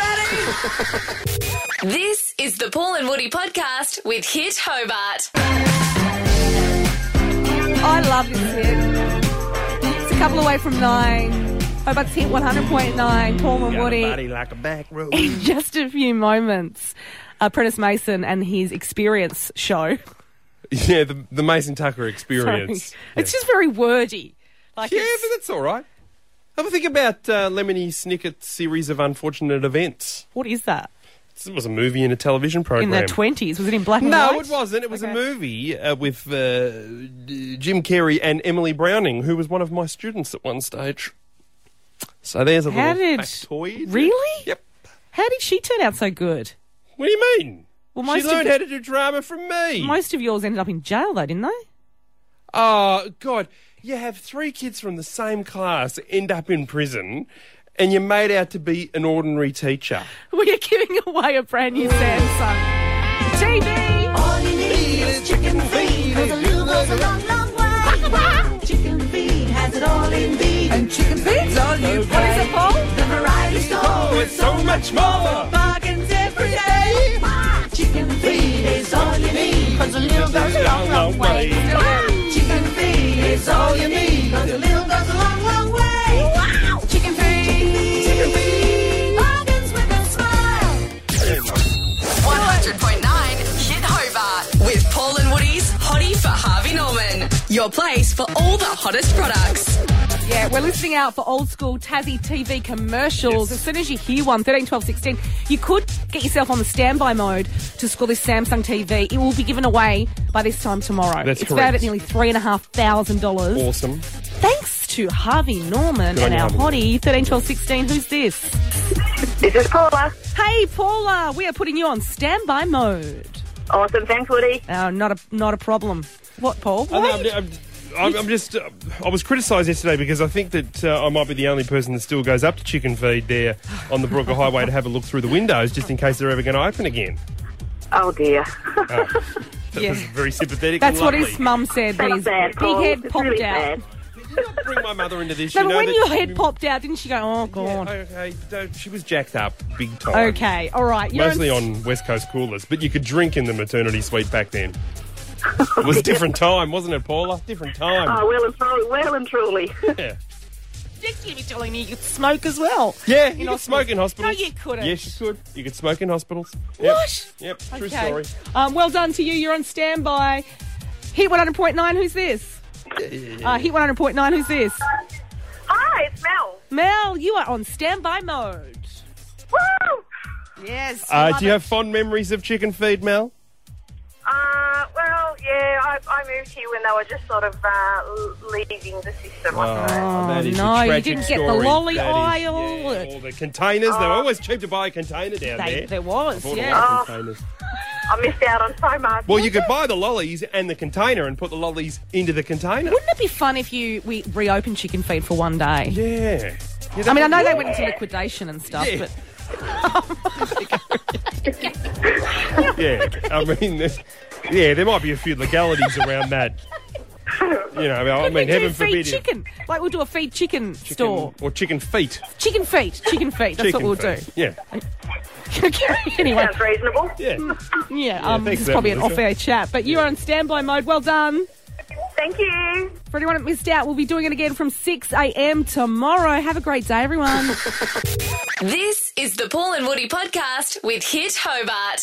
[SPEAKER 3] ready? this is the Paul and Woody podcast with Hit Hobart.
[SPEAKER 4] I love this hit. It's a couple away from nine. Hobart's hit 100.9. Paul and Woody.
[SPEAKER 5] like a back road.
[SPEAKER 4] in just a few moments, Apprentice Mason and his experience show.
[SPEAKER 5] Yeah, the, the Mason Tucker experience.
[SPEAKER 4] Sorry. It's just very wordy. Like
[SPEAKER 5] Yeah,
[SPEAKER 4] it's-
[SPEAKER 5] but that's all right. Have a think about uh, Lemony Snicket's series of unfortunate events.
[SPEAKER 4] what is that?
[SPEAKER 5] This was a movie and a television program.
[SPEAKER 4] In the twenties? Was it in black and white?
[SPEAKER 5] No, it wasn't. It was a movie uh, with uh, d- Jim Carrey and Emily Browning, who was one of my students at one stage. So there's a
[SPEAKER 4] How
[SPEAKER 5] little
[SPEAKER 4] did
[SPEAKER 5] factoid.
[SPEAKER 4] really?
[SPEAKER 5] Yep.
[SPEAKER 4] How did she turn out so good?
[SPEAKER 5] What do you mean?
[SPEAKER 4] Well,
[SPEAKER 5] she learned
[SPEAKER 4] the-
[SPEAKER 5] how to do drama from me.
[SPEAKER 4] most of yours ended up in jail, though, didn't they?
[SPEAKER 5] Oh, God. You have three kids from the same class end up in prison, and you're made out to be an ordinary teacher.
[SPEAKER 4] We are giving away a brand new Samsung TV.
[SPEAKER 20] All you need is chicken feed. Cause the loo goes a long, long way. chicken feed has it all in feed. And chicken feed's all you pay. What is it called? The variety store.
[SPEAKER 5] Oh, It's so much more.
[SPEAKER 20] Bargains every day. Chicken feed is all you need. Cause the loo goes a long, long way. Chicken feed is all you need. Cause the loo goes a long, long way. Chicken feed. Chicken feed. Bargains with a smile.
[SPEAKER 8] 100.9 Hit Hobart with Paul and Woody's Hottie for Harvey Norman. Your place for all the hottest products.
[SPEAKER 4] Yeah, we're listening out for old school Tassie TV commercials. As soon as you hear one, 13, 12, 16, you could get yourself on the standby mode to score this Samsung TV. It will be given away by this time tomorrow.
[SPEAKER 5] That's
[SPEAKER 4] it's
[SPEAKER 5] correct.
[SPEAKER 4] valued at nearly $3,500.
[SPEAKER 5] Awesome.
[SPEAKER 4] Thanks to Harvey Norman
[SPEAKER 5] Good on
[SPEAKER 4] and
[SPEAKER 5] you,
[SPEAKER 4] our
[SPEAKER 5] Harvey.
[SPEAKER 4] hottie, 13, 12, 16. Who's this?
[SPEAKER 19] This is Paula.
[SPEAKER 4] Hey, Paula, we are putting you on standby mode.
[SPEAKER 19] Awesome, thanks, Woody.
[SPEAKER 4] Oh, not a not a problem. What, Paul? Why
[SPEAKER 5] I know,
[SPEAKER 4] are
[SPEAKER 5] I'm,
[SPEAKER 4] you-
[SPEAKER 5] I'm, I'm, I'm just. Uh, I was criticised yesterday because I think that uh, I might be the only person that still goes up to chicken feed there on the Brooker Highway to have a look through the windows, just in case they're ever going to open again.
[SPEAKER 19] Oh dear.
[SPEAKER 5] Oh, that was very sympathetic.
[SPEAKER 4] That's
[SPEAKER 5] and
[SPEAKER 4] what
[SPEAKER 5] lovely.
[SPEAKER 4] his mum said.
[SPEAKER 5] That's
[SPEAKER 4] His
[SPEAKER 5] bad,
[SPEAKER 4] big
[SPEAKER 5] Paul.
[SPEAKER 4] head
[SPEAKER 5] It's
[SPEAKER 4] popped
[SPEAKER 5] really
[SPEAKER 4] out.
[SPEAKER 5] Bring my mother into this.
[SPEAKER 4] No,
[SPEAKER 5] you
[SPEAKER 4] but
[SPEAKER 5] know
[SPEAKER 4] when
[SPEAKER 5] that-
[SPEAKER 4] your head popped out, didn't she go, oh, God?
[SPEAKER 5] Okay, don't- she was jacked up big time.
[SPEAKER 4] Okay, all right. You're
[SPEAKER 5] Mostly
[SPEAKER 4] in-
[SPEAKER 5] on West Coast coolers, but you could drink in the maternity suite back then. It was a different time, wasn't it, Paula? Different time.
[SPEAKER 19] Oh, well and truly. Well and truly.
[SPEAKER 4] Oh.
[SPEAKER 5] Yeah.
[SPEAKER 4] Did you be telling me you could smoke as well?
[SPEAKER 5] Yeah,
[SPEAKER 4] In
[SPEAKER 5] you could
[SPEAKER 4] hospital.
[SPEAKER 5] smoke in hospitals.
[SPEAKER 4] No, you couldn't.
[SPEAKER 5] Yes, you could. You could smoke in hospitals. Yep.
[SPEAKER 4] What?
[SPEAKER 5] Yep, true story.
[SPEAKER 4] Um, well done to you. You're on standby. Hit 100.9. Who's this? Uh, hit 100.9. Who's this?
[SPEAKER 17] Hi, it's Mel.
[SPEAKER 4] Mel, you are on standby mode. Woo! Yes.
[SPEAKER 5] Uh,
[SPEAKER 4] love
[SPEAKER 5] do you
[SPEAKER 4] it.
[SPEAKER 5] have fond memories of chicken feed, Mel?
[SPEAKER 17] Uh, well, yeah, I, I moved here when they were just sort of uh, l- leaving the system.
[SPEAKER 4] Oh,
[SPEAKER 17] wasn't it?
[SPEAKER 5] that is a
[SPEAKER 4] no, you
[SPEAKER 5] tragic
[SPEAKER 4] didn't get the
[SPEAKER 5] story.
[SPEAKER 4] lolly
[SPEAKER 5] That is-
[SPEAKER 4] aisle.
[SPEAKER 5] yeah, all the containers. They're always cheap to buy a container down
[SPEAKER 4] Oh. They- Oh.
[SPEAKER 5] there.
[SPEAKER 4] there was,
[SPEAKER 5] I bought all
[SPEAKER 4] yeah.
[SPEAKER 5] the containers.
[SPEAKER 17] I missed out on so much.
[SPEAKER 5] Well, you could buy the lollies and the container and put the lollies into the container.
[SPEAKER 4] Wouldn't it be fun if you we reopened chicken feed for one day?
[SPEAKER 5] Yeah.
[SPEAKER 4] I mean, I know they went into liquidation and stuff,
[SPEAKER 5] Yeah.
[SPEAKER 4] but
[SPEAKER 5] yeah, I mean, there's- yeah, there might be a few legalities around that. You know, I
[SPEAKER 4] Could
[SPEAKER 5] mean,
[SPEAKER 4] we do
[SPEAKER 5] heaven
[SPEAKER 4] feed
[SPEAKER 5] forbid. if-
[SPEAKER 4] chicken. Like we'll do a feed chicken, store.
[SPEAKER 5] Or chicken feet.
[SPEAKER 4] Chicken feet, chicken feet. That's
[SPEAKER 5] chicken
[SPEAKER 4] what we'll
[SPEAKER 5] feet. Yeah.
[SPEAKER 4] do. okay, anyway.
[SPEAKER 17] Sounds reasonable.
[SPEAKER 5] Yeah.
[SPEAKER 4] Yeah,
[SPEAKER 5] Yeah,
[SPEAKER 4] um, this
[SPEAKER 5] thanks
[SPEAKER 4] is
[SPEAKER 5] for that,
[SPEAKER 4] probably an
[SPEAKER 5] Melissa.
[SPEAKER 4] off air chat, but you're on standby mode. Well done.
[SPEAKER 17] Thank you.
[SPEAKER 4] For anyone that missed out, we'll be doing it again from 6 a.m. tomorrow. Have a great day, everyone.
[SPEAKER 3] This is the Paul and Woody podcast with Hit Hobart.